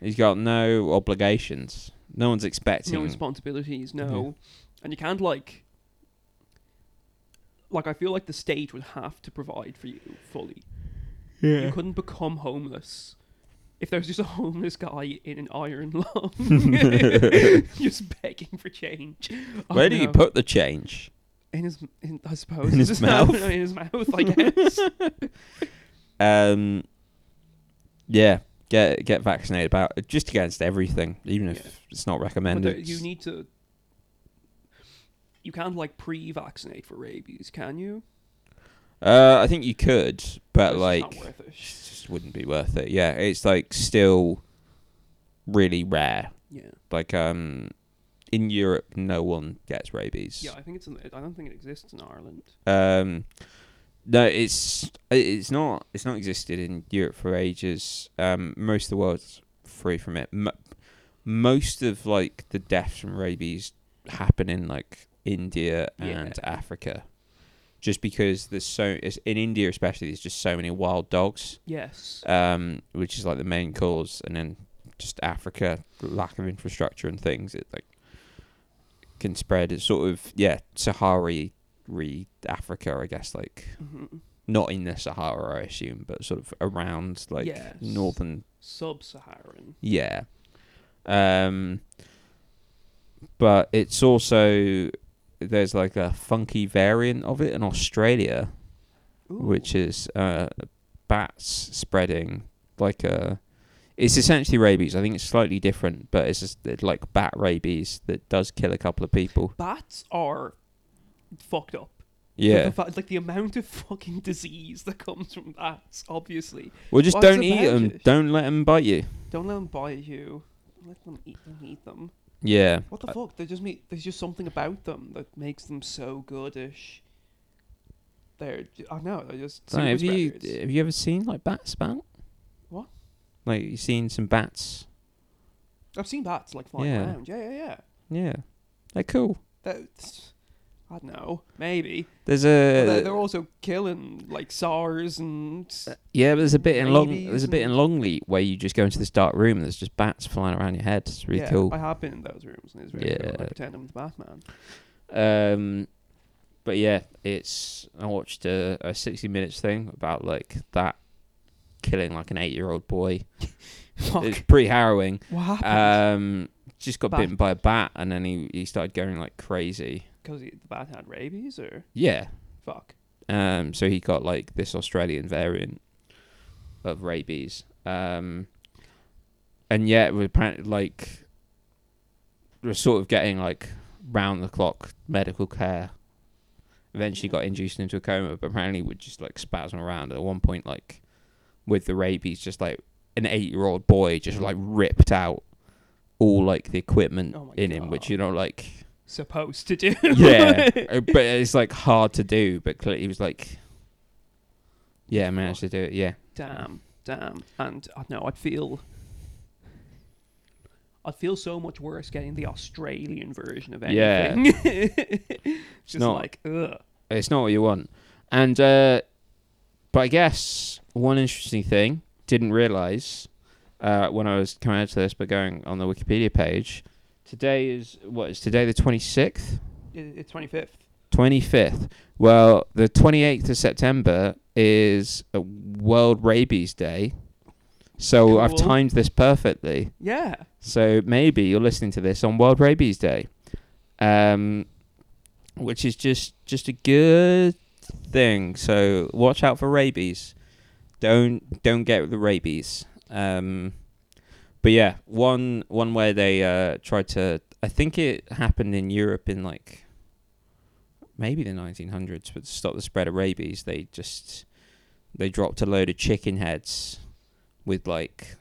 He's got no obligations. No one's expecting.
no responsibilities, no. And you can't like like I feel like the state would have to provide for you fully. You couldn't become homeless. If there was just a homeless guy in an iron lung, just begging for change. I
Where do you
know.
put the change?
In his, in, I suppose,
In his mouth?
In his mouth, I guess.
Um. Yeah, get get vaccinated about just against everything, even if
Yeah.
it's not
but
recommended.
there, you need to. You can't like pre-vaccinate for rabies, can you?
uh, I think you could, but
It's
like,
just not worth it.
it just wouldn't be worth it. Yeah, it's like still really rare.
Yeah,
Like, um, in Europe, no one gets rabies.
yeah. I think it's. I don't think it exists in Ireland.
Um, no, it's it's not it's not existed in Europe for ages. Um, most of the world's free from it. M- most of like the deaths from rabies happen in like India and
Yeah.
Africa, just because there's so it's, in India especially there's just so many wild dogs,
Yes.
um, which is like the main cause, and then just Africa lack of infrastructure and things it like can spread. It's sort of yeah Sahara re Africa, I guess like
Mhm.
not in the Sahara, I assume, but sort of around like
Yes.
northern.
Sub-Saharan.
Yeah. Um. But it's also there's like a funky variant of it in Australia, which is uh bats spreading like a. It's essentially rabies. I think it's slightly different, but it's just it's like bat rabies that does kill a couple of people.
bats are fucked up.
Yeah.
The fa- like the amount of fucking disease that comes from bats, obviously.
Well, just
What's
don't eat
about
them.
it?
Don't let them bite you.
Don't let them bite you. Let them eat them. Eat them.
Yeah.
What the fuck? They just me. There's just something about them that makes them so goodish. They're. j- I know. They're just.
Dunno,
super
have you
spreaders.
have you ever seen like bats spout?
What?
Like you seen some bats?
I've seen bats like flying
Yeah.
around. Yeah, yeah, yeah.
Yeah, they're cool.
That's. I don't know. Maybe.
There's
But
a
they're, they're also killing like SARS and.
yeah, but there's a bit in long
rabies
there's a bit in
and-
Longleat where you just go into this dark room and there's just bats flying around your head. It's really
yeah,
cool.
I have been in those rooms and it's very cool. I
Yeah.
pretend I'm the Batman.
Um, but yeah, it's I watched a, a sixty minutes thing about like that killing like an eight year old boy. It's
Fuck.
pretty harrowing.
What happened?
Um, just got
Bat.
bitten by a bat and then he he started going like crazy.
Because the bat had rabies, or
Yeah,
fuck.
Um, so he got like this Australian variant of rabies. Um, and yet we're apparently like we're sort of getting like round the clock medical care. Eventually got induced into a coma, but apparently would just like spasm around at one point, like with the rabies, just like an eight year old boy just like ripped out all like the equipment
Oh my
in him, which
God.
you know like
Supposed to do.
yeah, uh, but it's like hard to do. But clearly he was like, yeah, I managed to do it. Yeah,
damn, damn. And uh, I don't know, I'd feel. I'd feel so much worse getting the Australian version of
Yeah.
anything. Yeah. Just
not-
like, ugh.
it's not what you want. And uh, but I guess one interesting thing didn't realize uh, when I was coming out to this, but going on the Wikipedia page, today is what is today the twenty sixth,
It- It's 25th.
twenty fifth. Well, the twenty eighth of September is a World Rabies Day. So I've
Cool.
timed this perfectly.
Yeah.
So maybe you're listening to this on World Rabies Day, um, which is just just a good thing. So watch out for rabies. Don't don't get the rabies. Um, but yeah, one one way they uh, tried to, I think it happened in Europe in like maybe the 1900s, but to stop the spread of rabies, they just they dropped a load of chicken heads with like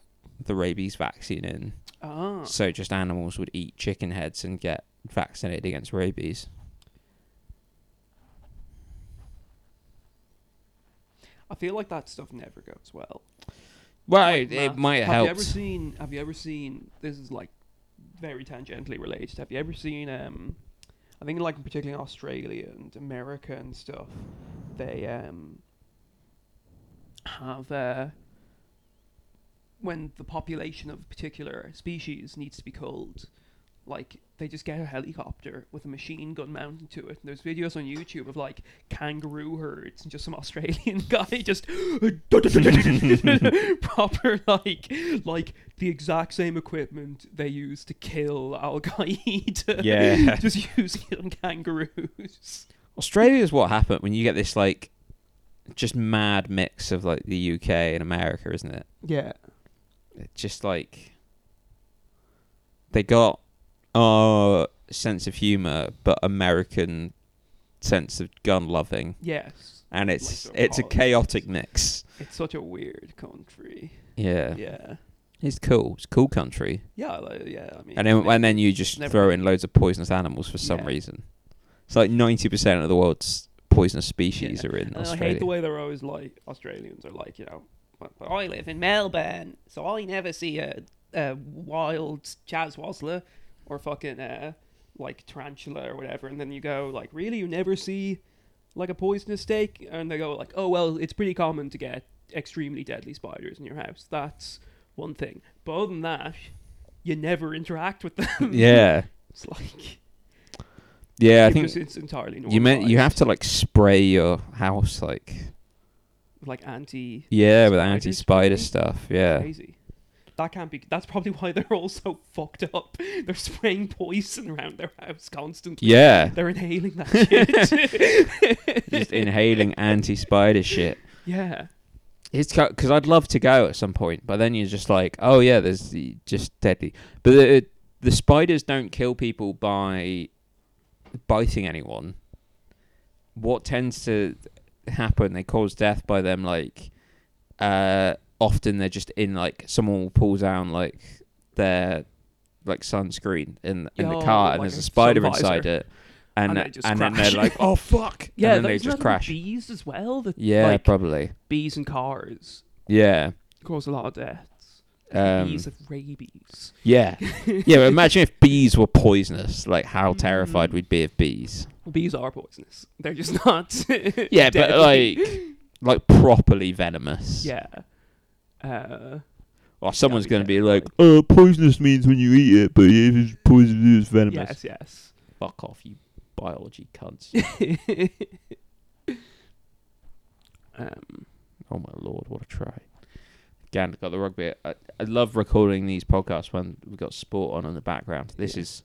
the rabies vaccine in,
Ah,
so just animals would eat chicken heads and get vaccinated against rabies.
I feel like that stuff never goes well.
Well, it,
Matt,
it might have
have you
helped.
ever seen? Have you ever seen? This is like very tangentially related. Have you ever seen? Um, I think like particularly in Australia and America and stuff, they um have uh when the population of a particular species needs to be culled, like they just get a helicopter with a machine gun mounted to it. And there's videos on YouTube of like kangaroo herds and just some Australian guy just proper like like the exact same equipment they use to kill Al Qaeda.
Yeah.
just using it on kangaroos.
Australia is what happened when you get this like just mad mix of like the UK and America, isn't it?
Yeah.
It just like they got our sense of humor, but American sense of gun loving,
Yes.
and it's
Like oh, the
it's a
politics.
chaotic mix.
It's such a weird country.
Yeah.
Yeah.
it's cool. It's a cool country,
Yeah. Like, yeah. I mean.
and then and then you just
never-
throw in loads of poisonous animals for some
Yeah.
reason. It's like ninety percent of the world's poisonous species
Yeah.
are in
And I
Australia.
hate the way they're always like Australians are like you know. "But- but I live in Melbourne, so I never see a, a wild Chazwasler or fucking uh, like tarantula or whatever. And then you go like, really, you never see like a poisonous snake? And they go like, oh well, it's pretty common to get extremely deadly spiders in your house. That's one thing. But other than that, you never interact with them.
yeah,
it's like
yeah. I
it
think
just- it's entirely normal.
You meant you have to like spray your house like
like anti
yeah with
Spiders,
anti spider
probably?
stuff yeah
Crazy. That can't be. That's probably why they're all so fucked up. They're spraying poison around their house constantly.
yeah
They're inhaling that shit.
just inhaling anti spider shit.
yeah.
It's because I'd love to go at some point, but then you're just like oh yeah, there's the, just deadly. But the the spiders don't kill people by biting anyone. What tends to happen? They cause death by them like uh often they're just in like someone will pull down like their like sunscreen in in
Oh,
the car and
like
there's
a
a spider
sun
inside
visor.
it and
And
and,
they just
then they're
crash.
like oh fuck and
Yeah.
then they
isn't
just
that
crash
with Bees as well. That,
yeah
Like,
probably
bees and cars
yeah
cause a lot of deaths.
Um,
bees have rabies.
yeah yeah but imagine if bees were poisonous like how terrified we'd be of bees
Well, bees are poisonous. They're just not.
yeah but
deadly.
like like properly venomous
Yeah. Uh,
or someone's
we
gonna
get
be
it,
like
like-
oh poisonous means when you eat it but if it's poisonous it's venomous
yes. Yes.
fuck off you biology cunts
Um.
Oh my lord, what a try! Again, got the rugby. I, I love recording these podcasts when we've got sport on in the background. This is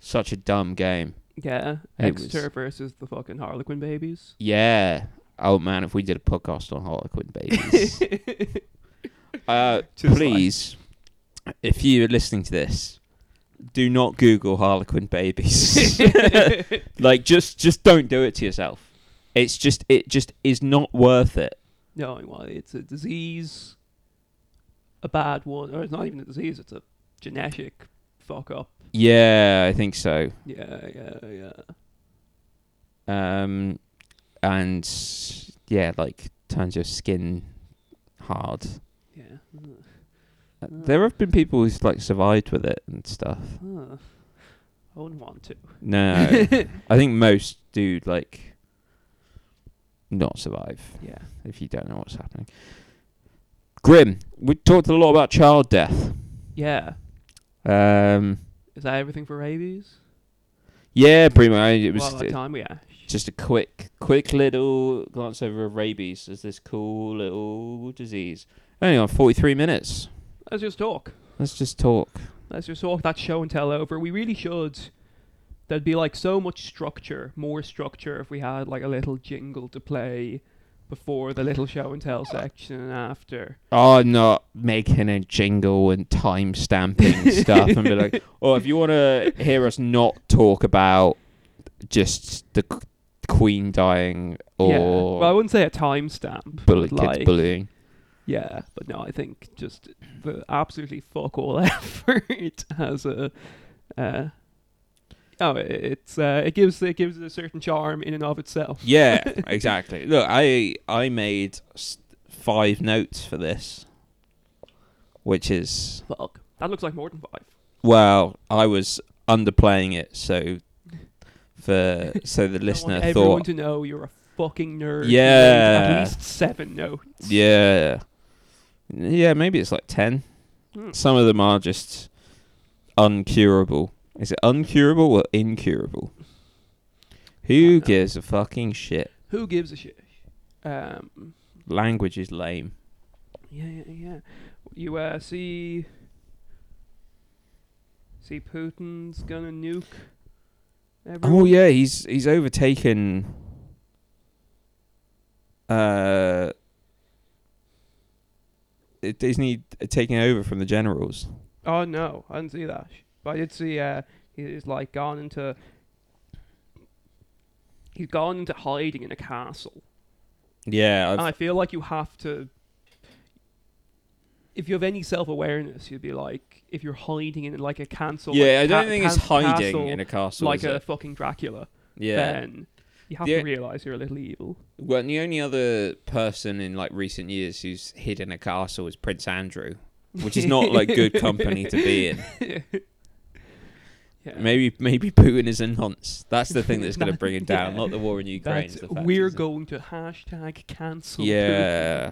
such a dumb game.
Yeah,
It was-
Exeter versus the fucking Harlequin babies.
Yeah. Oh man, if we did a podcast on Harlequin babies, uh,
Just like-
please, if you're listening to this, do not Google Harlequin babies. like, just just don't do it to yourself. It's just it just is not worth it.
No, well, it's a disease, a bad one, or it's not even a disease. It's a genetic fuck up.
Yeah, I think so.
Yeah, yeah, yeah.
um, and yeah, like turns your skin hard.
Yeah.
Uh,
Mm.
There have been people who's like survived with it and stuff.
Huh. I wouldn't want to.
No, I think most do like not survive
Yeah.
if you don't know what's happening. Grim, we talked a lot about child death.
Yeah.
Um,
Is that everything for rabies?
yeah, pretty much. It was
Well, that
uh,
time we ash.
just a quick, quick little glance over of rabies as this cool little disease. Only on forty-three minutes.
Let's just talk.
Let's just talk.
Let's just walk that show and tell over. We really should. There'd be like so much structure, more structure, if we had like a little jingle to play before the little show and tell section and after.
Oh, not making a jingle and time stamping stuff and be like, oh, if you want to hear us not talk about just the q- queen dying or
yeah. Well, I wouldn't say a timestamp.
bully,
but
kids
like,
bullying.
Yeah, but no, I think just the absolutely fuck all effort has a. Uh, oh, it- it's uh, it gives it gives it a certain charm in and of itself.
Yeah, exactly. Look, I I made s- five notes for this, which is
Fuck, that looks like more than five.
well, I was underplaying it so for so the
I
listener
want everyone
thought
to know you're a fucking nerd. who made
Yeah.
at least seven notes.
Yeah. Yeah, maybe it's like 10.
Hmm.
Some of them are just uncurable. Is it uncurable or incurable? Who
know.
gives a fucking shit?
Who gives a shit? Um,
Language is lame.
yeah, yeah, yeah. You uh, see, see Putin's gonna nuke. Everyone.
Oh yeah, he's he's overtaken uh it- isn't he taking over from the generals?
Oh no, I didn't see that. But I did see uh he's like gone into he's gone into hiding in a castle.
Yeah,
and
I've,
I feel like you have to if you have any self awareness, you'd be like if you're hiding in like a castle. like
yeah. I
ca-
don't think it's
cas-
hiding
castle,
in a castle.
like
is
a
it?
fucking Dracula.
yeah.
Then you have
Yeah.
to realize you're a little evil.
Well, the only other person in like recent years who's hid in a castle is Prince Andrew, which is not like good company to be in.
Yeah.
Maybe maybe Putin is a nonce. That's the thing that's going to
That-
bring him down,
yeah.
not the war in Ukraine.
That's,
is the fact,
we're
is it?
going to hashtag cancel. Putin.
Yeah,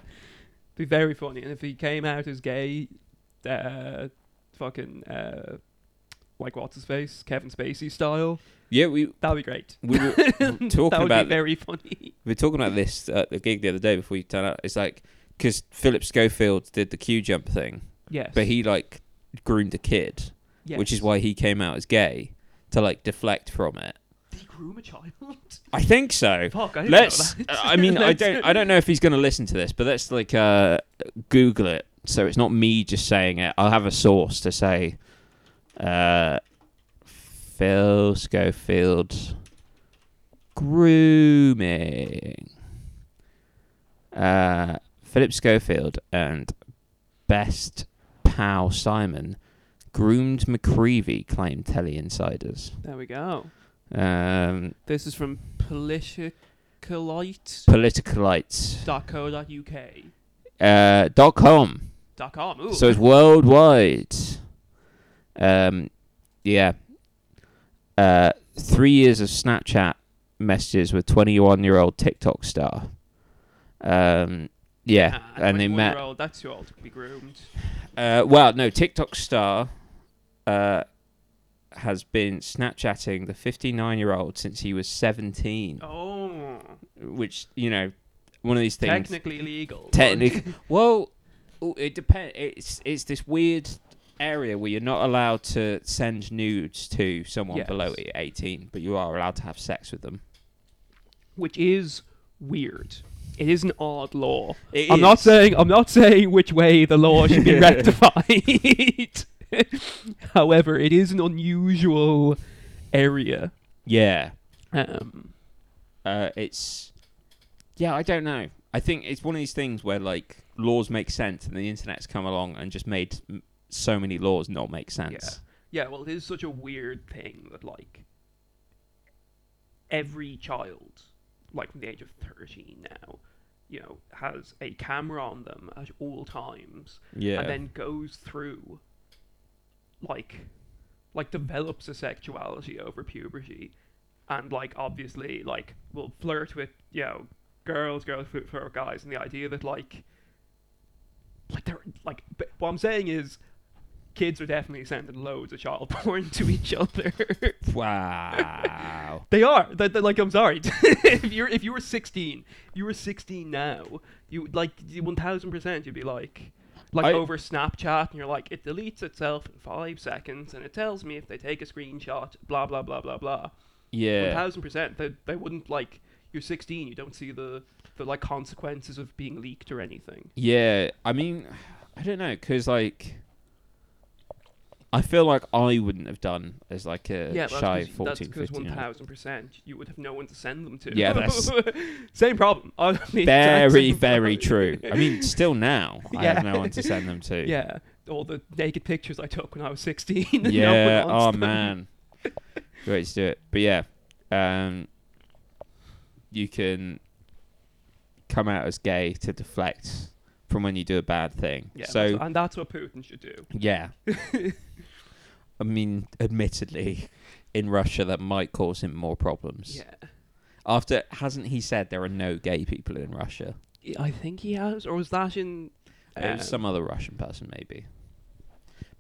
be very funny. And if he came out as gay, uh, fucking uh, like what's his face, Kevin Spacey style,
yeah. We
that'd be great.
we were talking
that would
about
be very funny.
we were talking about this at the gig the other day before you turned out. It's like because Philip Schofield did the Q jump thing,
Yes,
but he like groomed a kid,
yes.
which is why he came out as gay to like deflect from it.
did he groom a child.
I think so.
Fuck, I didn't
let's
know that.
i mean i
Let's-
don't i don't know if he's going to listen to this but let's like uh google it so it's not me just saying it i'll have a source to say uh phil schofield grooming uh philip schofield and best pal simon groomed mccreevy claimed telly insiders
There we go.
um
This is from politicalite.co.uk.
politicalites
Dot
uh, dot com.
com. Ooh.
So it's worldwide. Um, yeah. Uh, three years of Snapchat messages with 21 year old TikTok star. Um, yeah,
Ah,
and they met.
21-year-old, That's too old to be groomed.
Uh, well, no, TikTok star uh, has been Snapchatting the 59 year old since he was 17,
Oh,
which, you know, one of these things.
technically legal.
Technic. well, oh, it depends. It's it's this weird area where you're not allowed to send nudes to someone
Yes.
below i- 18, but you are allowed to have sex with them.
which is weird. It is an odd law.
It
I'm not
is.
saying I'm not saying which way the law should be rectified. However, it is an unusual area.
Yeah.
Um,
Uh, it's. Yeah, I don't know. I think it's one of these things where like laws make sense, and the internet's come along and just made m- so many laws not make
yeah,
sense.
yeah. Well, it is such a weird thing that like every child, like from the age of 13 now, you know, has a camera on them at all times.
Yeah.
and then goes through like like develops a sexuality over puberty and like obviously like will flirt with you know girls girls flirt with guys and the idea that like like they're like but what i'm saying is kids are definitely sending loads of child porn to each other
Wow.
they are that that- like i'm sorry if you're if you were 16 if you were 16 now you like you- 1000% you'd be like like
I-
over snapchat and you're like it deletes itself in five seconds and it tells me if they take a screenshot blah blah blah blah blah
yeah.
1000% they, they wouldn't like you're 16. You don't see the the like consequences of being leaked or anything.
Yeah, I mean, I don't know, cause like, I feel like I wouldn't have done as like a
yeah, that's
Uh, shy
'cause-
14,
that's because
15
one
year old.
thousand percent you would have no one to send them to.
Yeah, that's-
same problem. I would be exact
Very,
same
very
problem.
true. I mean, still now, I have
Yeah.
no one to send them to.
yeah, all the naked pictures I took when I was 16. no one
Yeah.
wants
oh
them.
man. Great to do it. But yeah, um, you can come out as gay to deflect from when you do a bad thing.
Yeah,
so
that's- and that's what Putin should do.
yeah. I mean, admittedly, in Russia that might cause him more problems.
Yeah.
After hasn't he said there are no gay people in Russia?
I think he has, or was that in?
It was
um,
some other Russian person, maybe.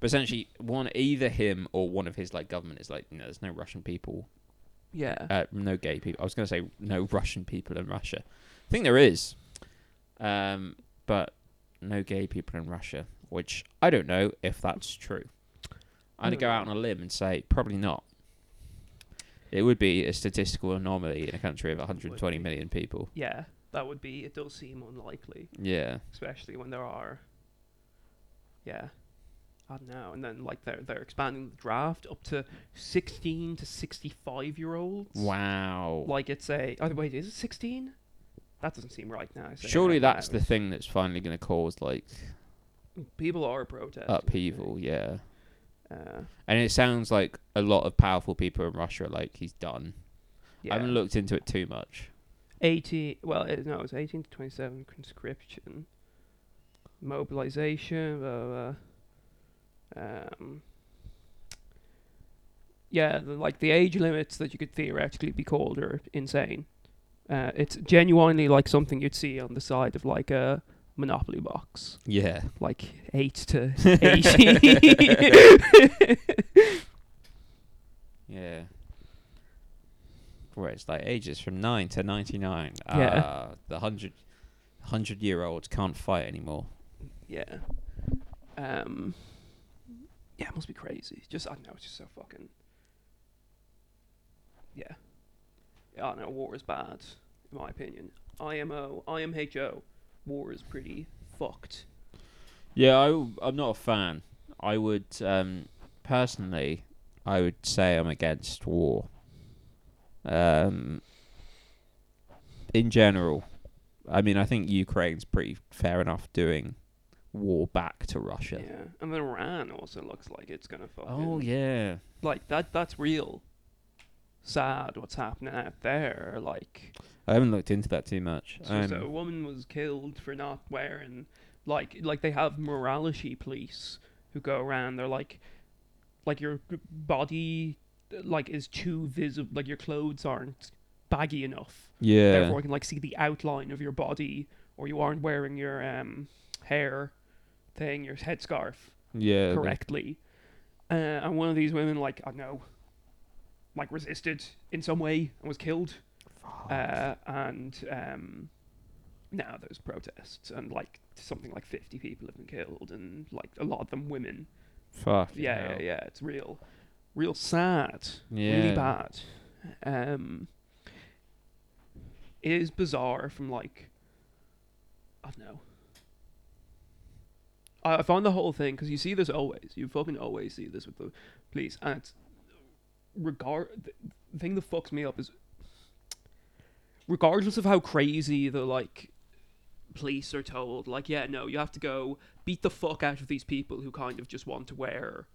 But essentially, one either him or one of his like government is like, no, there's no Russian people,
yeah,
uh, no gay people. I was going to say no Russian people in Russia. I think there is, um, but no gay people in Russia, which I don't know if that's true. I'm gonna
don't
go
know.
out on a limb and say probably not. It would be a statistical anomaly in a country of 120
be.
million people.
yeah, that would be. It does seem unlikely,
Yeah,
especially when there are. Yeah, I don't know. And then like they're they're expanding the draft up to 16 to 65 year olds.
wow.
Like it's a. Oh wait, is it 16? That doesn't seem right now. saying
Surely
out
that's the
loud.
thing that's finally going to cause like
people are protesting.
upheaval, yeah.
Uh,
And it sounds like a lot of powerful people in Russia are like he's done.
yeah.
I haven't looked into it too much.
18 well it, no it was 18 to 27 conscription mobilization blah, blah. um yeah the, like the age limits that you could theoretically be called are insane uh, it's genuinely like something you'd see on the side of like a monopoly box
Yeah,
like 8 to 80
yeah. Where it's like ages from nine to ninety nine.
Yeah.
Ah, the hundred, hundred year olds can't fight anymore.
yeah um yeah it must be crazy just i don't know it's just so fucking yeah i don't know war is bad in my opinion imo imho war is pretty fucked
Yeah, I, w- I'm not a fan. I would um, personally, I would say I'm against war. Um, in general, I mean, I think Ukraine's pretty fair enough doing war back to Russia.
yeah and then iran also looks like it's gonna fucking
Oh yeah,
like that that's real sad what's happening out there like
I haven't looked into that too much. Um,
So, so a woman was killed for not wearing like like they have morality police who go around. They're like like your g- body like is too visible. Like your clothes aren't baggy enough.
yeah,
Therefore, I can like see the outline of your body, or you aren't wearing your um hair thing, your headscarf
yeah,
correctly. Uh, and one of these women, like I don't know, like resisted in some way and was killed. Uh, and um, now there's protests, and like something like fifty people have been killed, and like a lot of them women.
Fuck.
Yeah, yeah, yeah. It's real, real sad. Really
Yeah.
bad. Um, it is bizarre from like, I don't know. I, I find the whole thing because you see this always. You fucking always see this with the police, and it's regard the the thing that fucks me up is regardless of how crazy the like police are told like yeah no you have to go beat the fuck out of these people who kind of just want to wear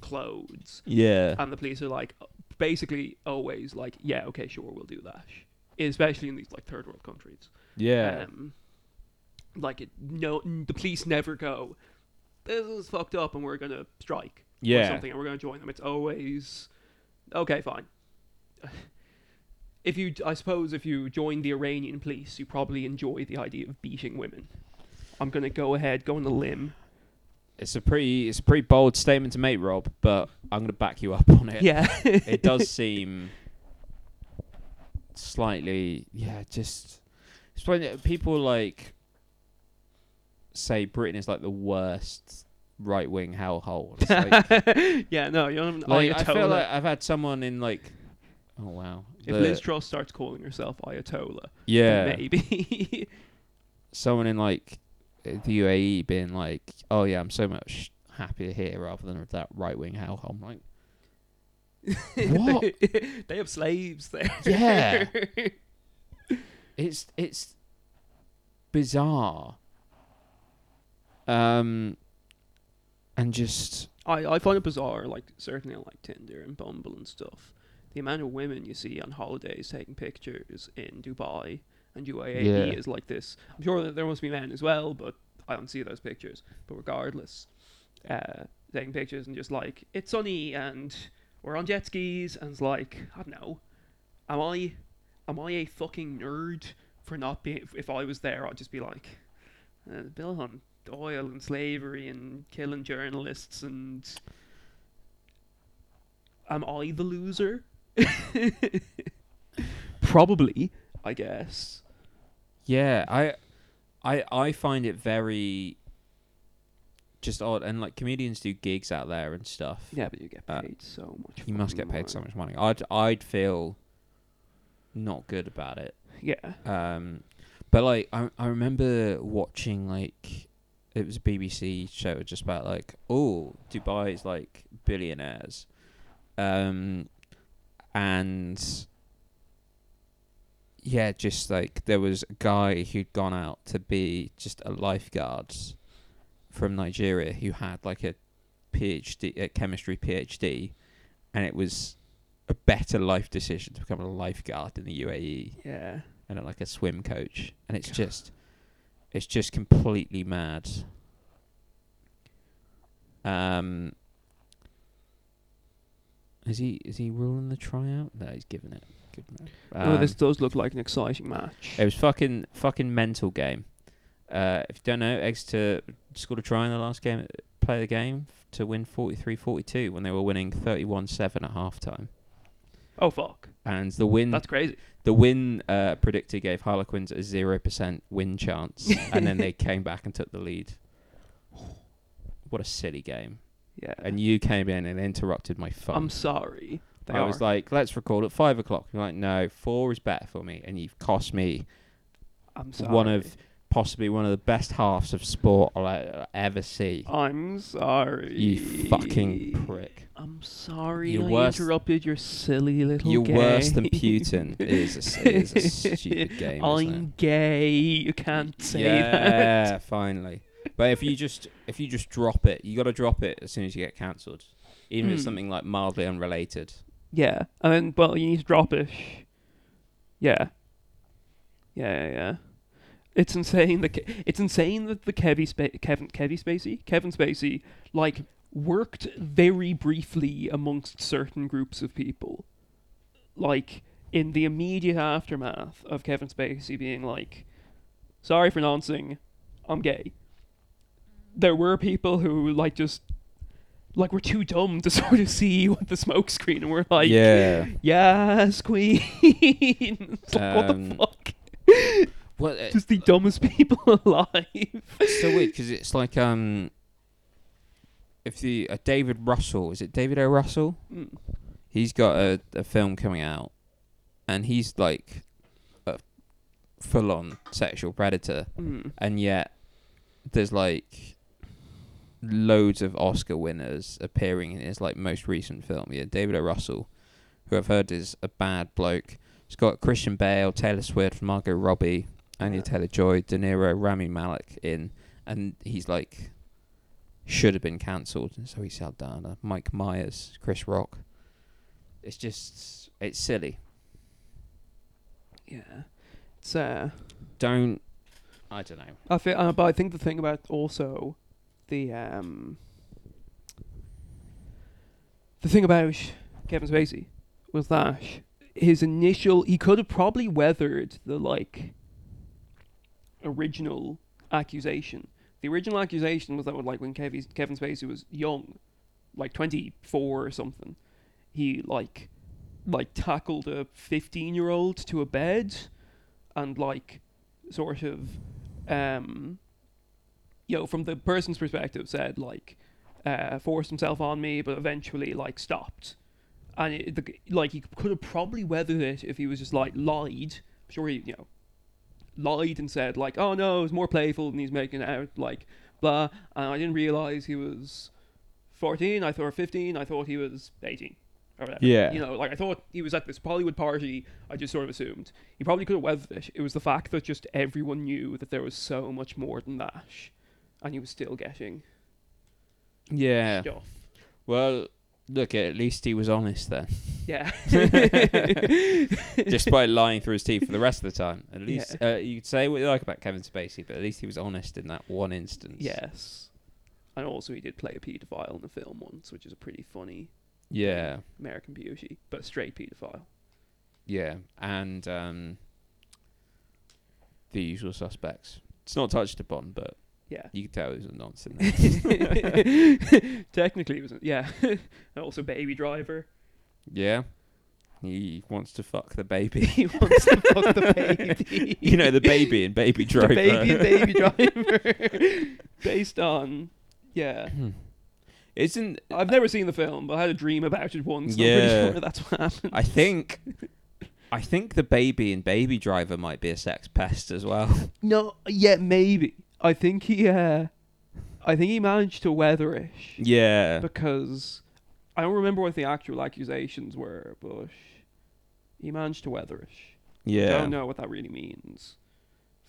clothes
Yeah.
and the police are like basically always like yeah okay sure we'll do that especially in these like third world countries
Yeah.
um, like it no n- the police never go this is fucked up and we're gonna strike or
Yeah.
something and we're gonna join them it's always okay fine if you i suppose if you join the iranian police you probably enjoy the idea of beating women i'm gonna go ahead go on the limb
it's a pretty, it's a pretty bold statement to make, Rob, but I'm gonna back you up on it.
yeah
it does seem slightly yeah just it's funny that people like say britain is like the worst right-wing hellhole It's like,
yeah no Oh, you're on, on
like,
your
i
toe
feel
there.
like i've had someone in like oh wow
If
the-
Liz Truss starts calling herself Ayatollah, then
yeah,
maybe.
someone in like the UAE being like, "Oh yeah, I'm so much happier here rather than with that right wing hellhole." I'm like, What?
They- they have slaves there.
yeah, it's it's bizarre. Um, and just
I, I find it bizarre, like certainly on like Tinder and Bumble and stuff, the amount of women you see on holidays taking pictures in Dubai and UAE
Yeah.
is like this. I'm sure that there must be men as well, but I don't see those pictures. But regardless, uh, taking pictures and just like it's sunny and we're on jet skis and it's like I don't know, am I am I a fucking nerd for not being? If I was there, I'd just be like, uh, Bill on oil and slavery and killing journalists and am I the loser? Probably, I guess.
Yeah, I, I, I find it very, just odd. And like comedians do gigs out there and stuff.
Yeah, but you get
Uh,
paid so much.
you must
fucking
get paid so
money.
much money. I'd, I'd feel, not good about it.
Yeah.
Um, but like I, I remember watching like, it was a BBC show just about like, oh, Dubai is like billionaires, um, and yeah, just like there was a guy who'd gone out to be just a lifeguard from Nigeria who had like a PhD, a chemistry PhD, and it was a better life decision to become a E. lifeguard in the UAE
Yeah.
and a- like a swim coach, and it's just, it's just completely mad. Um, is he is he ruling the tryout? No, he's giving it. Good man.
No, this
Um,
does look like an exciting match.
it was fucking fucking mental game. Uh, if you don't know, Exeter scored a try in the last game, play of the game to win 43-42 when they were winning 31-7 at halftime.
Oh fuck.
And the win
That's crazy.
the win uh, predictor gave Harlequins a zero percent win chance, and then they came back and took the lead. What a silly game!
Yeah.
And you came in and interrupted my fun.
I'm sorry. They
I
are.
was like, "Let's record at five o'clock." You're like, "No, four is better for me," and you've cost me
I'm sorry.
one of possibly one of the best halves of sport I'll uh, ever see.
I'm sorry.
You fucking prick!
I'm sorry
You're
I
worse-
interrupted your silly little
You're
game.
worse than Putin. It is a s- it is a stupid game,
I'm
isn't it?
gay. You can't say that.
yeah, finally. But if you just if you just drop it, you got to drop it as soon as you get cancelled, even if it's
Hmm.
something like mildly unrelated.
Yeah. And then, well, you need to drop it. Yeah. Yeah, yeah, yeah. It's insane that Ke- it's insane that the Kevy Spa- Kevin Kevy Spacey Kevin Spacey like worked very briefly amongst certain groups of people, like in the immediate aftermath of Kevin Spacey being like, "Sorry for noncing, I'm gay." There were people who like just like were too dumb to sort of see what the smoke screen and were like,
yeah.
Yes, Queen. It's like, what
Um,
the fuck?
Well, uh, it-
Just the dumbest people alive.
it's so weird because it's like um, if the uh, David Russell is it David O. Russell?
Mm.
He's got a, a film coming out, and he's like a full on sexual predator.
Mm.
and yet there's like loads of Oscar winners appearing in his like most recent film. Yeah, David O. Russell, who I've heard is a bad bloke. It's got Christian Bale, Taylor Swift, Margot Robbie, Anya
Yeah.
Taylor Joy, De Niro, Rami Malek in, and he's like should have been cancelled, and so he sat down. Uh, Mike Myers, Chris Rock. It's just it's silly.
Yeah. It's, uh,
Don't I don't know.
I feel, uh, but I think the thing about also the um, the thing about Kevin Spacey was that his initial he could have probably weathered the like original accusation. The original accusation was that when, like when Kevin Kevin Spacey was young, like twenty four or something, he like like tackled a fifteen year old to a bed, and like sort of um, you know, from the person's perspective, said like uh, forced himself on me, but eventually like stopped, and it, the, like he could have probably weathered it if he was just like lied. I'm sure he you know lied and said like, "Oh no, it's more playful than he's making out." Like blah, and I didn't realize he was 14. I thought 15. I thought he was 18. Or whatever.
Yeah.
you know, like I thought he was at this Hollywood party. I just sort of assumed he probably could have weathered it. It was the fact that just everyone knew that there was so much more than that, and he was still getting
Yeah.
stuff.
Well, look, at least he was honest then.
Yeah.
Despite lying through his teeth for the rest of the time. At least uh, you could say what you like about Kevin Spacey, but at least he was honest in that one instance.
yes. And also, he did play a paedophile in the film once, which is a pretty funny
Yeah.
American Beauty, but a straight paedophile.
Yeah. And um, the usual suspects. It's not touched upon, but
Yeah.
you could tell it was a nonsense.
Technically, it was yeah. and also, Baby Driver.
yeah. He wants to fuck the baby.
He wants to fuck the baby.
you know, the baby in Baby
the
Driver.
baby, and baby driver. Based on, yeah,
Hmm. Isn't
I've never seen the film, but I had a dream about it once. and I'm
Yeah.
pretty sure that's what happened.
I think I think the baby in Baby Driver might be a sex pest as well.
No, yeah, maybe. I think he, uh, I think he managed to weather it
Yeah.
because I don't remember what the actual accusations were, but he managed to weather it.
Yeah.
I don't know what that really means.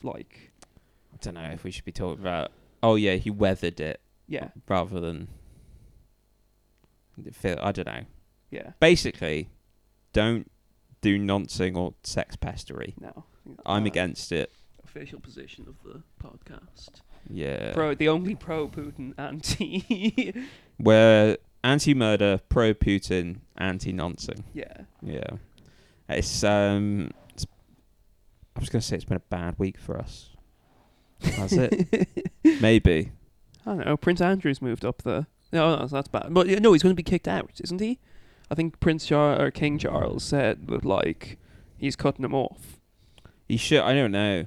Like,
I don't know if we should be talking about Oh yeah, he weathered it
yeah,
rather than feel I don't know.
yeah,
Basically, don't do noncing or sex pestery.
no. Uh, I think that's
I'm
the
against it.
Official position of the podcast.
Yeah.
Pro, the only pro Putin anti.
We're anti murder, pro Putin, anti noncing.
yeah.
Yeah. It's um it's, I was gonna say it's been a bad week for us. Has it? Maybe.
I don't know. Prince Andrew's moved up the. No, no, that's bad. But yeah, no, he's going to be kicked out, isn't he? I think Prince Char- or King Charles said that like he's cutting him off.
He should I don't know.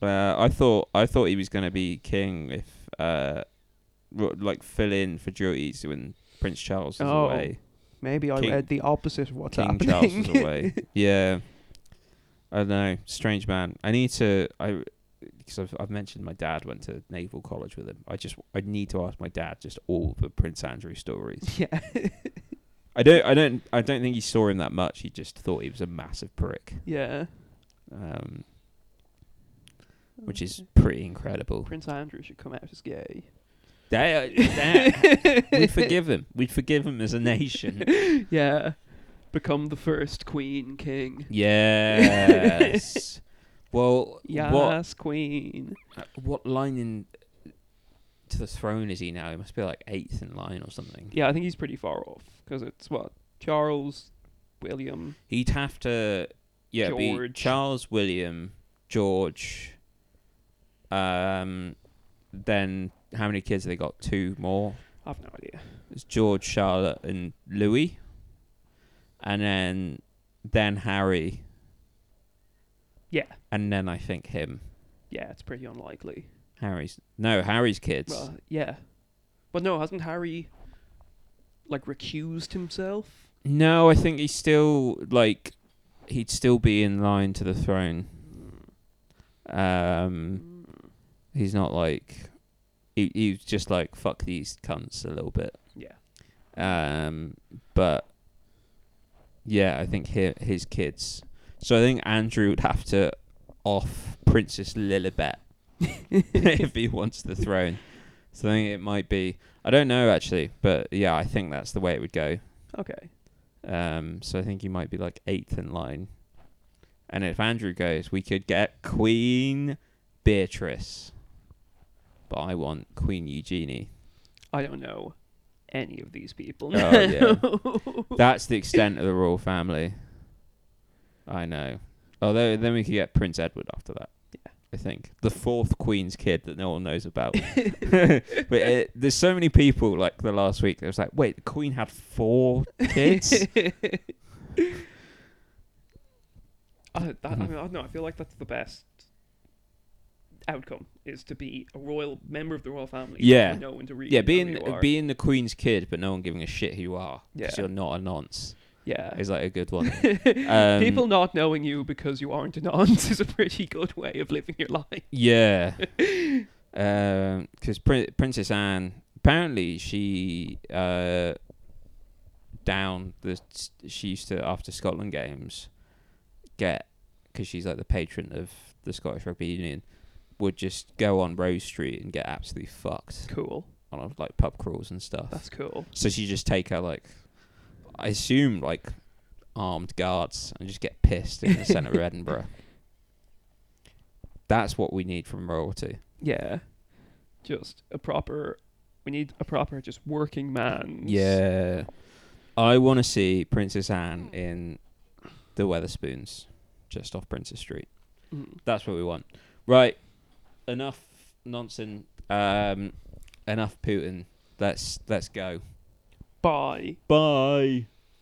Uh, I thought I thought he was gonna be king if uh ro- like fill in for duties when Prince Charles was
Oh,
away.
Maybe I
King-
read the opposite of what's
king
happening.
Charles was away. yeah. I don't know. Strange man. I need to I because I've, I've mentioned my dad went to naval college with him. I just I need to ask my dad just all the Prince Andrew stories.
yeah,
I don't, I don't, I don't think he saw him that much. He just thought he was a massive prick,
yeah.
um, which is pretty incredible.
Prince Andrew should come out as gay.
They- they- we forgive him. We forgive him as a nation.
Yeah, become the first Queen King.
Yes. well,
Yes,
what
Queen.
Uh, what line in to the throne is he now? He must be like eighth in line or something.
Yeah, I think he's pretty far off because it's what Charles, William.
He'd have to, yeah, be
George.
Charles, William, George. Um, then how many kids have they got? Two more.
I've no idea.
It's George, Charlotte, and Louis, and then then Harry,
Yeah,
and then I think him.
yeah, it's pretty unlikely.
Harry's no Harry's kids.
Well, yeah, but no, hasn't Harry like recused himself?
no, I think he's still like he'd still be in line to the throne. Um, he's not like he he was just like fuck these cunts a little bit.
Yeah,
Um, but yeah, I think hi his kids. So I think Andrew would have to off Princess Lilibet if he wants the throne. So I think it might be. I don't know actually, but yeah, I think that's the way it would go.
okay,
Um, so I think he might be like eighth in line. And if Andrew goes, we could get Queen Beatrice. But I want Queen Eugenie.
I don't know any of these people.
Oh, yeah.
now.
That's the extent of the royal family. I know. Although then we could get Prince Edward after that.
Yeah.
I think the fourth Queen's kid that no one knows about. but it, there's so many people like the last week. It was like, wait, the Queen had four kids.
I, that, I, mean, I
Mm-hmm.
don't know. I feel like that's the best outcome is to be a royal member of the royal family. but
Yeah.
no one to read.
yeah,
know who
being
you are.
being the Queen's kid, but no one giving a shit who you are because
Yeah.
you're not a nonce.
Yeah.
is like a good one. Um,
People not knowing you because you aren't an aunt is a pretty good way of living your life.
Yeah. Because Prin- Princess Anne, apparently she uh, down the she used to after Scotland games get because she's like the patron of the Scottish Rugby Union would just go on Rose Street and get absolutely fucked
Cool.
on like pub crawls and stuff.
That's cool.
So she just take her like, I assume like armed guards and just get pissed in the centre of Edinburgh. That's what we need from royalty.
Yeah. Just a proper. We need a proper just working man.
Yeah, I want to see Princess Anne in the Weatherspoons, just off Princess Street. That's what we want. Right, enough nonsense. Um, enough Putin. Let's let's go.
Bye.
Bye.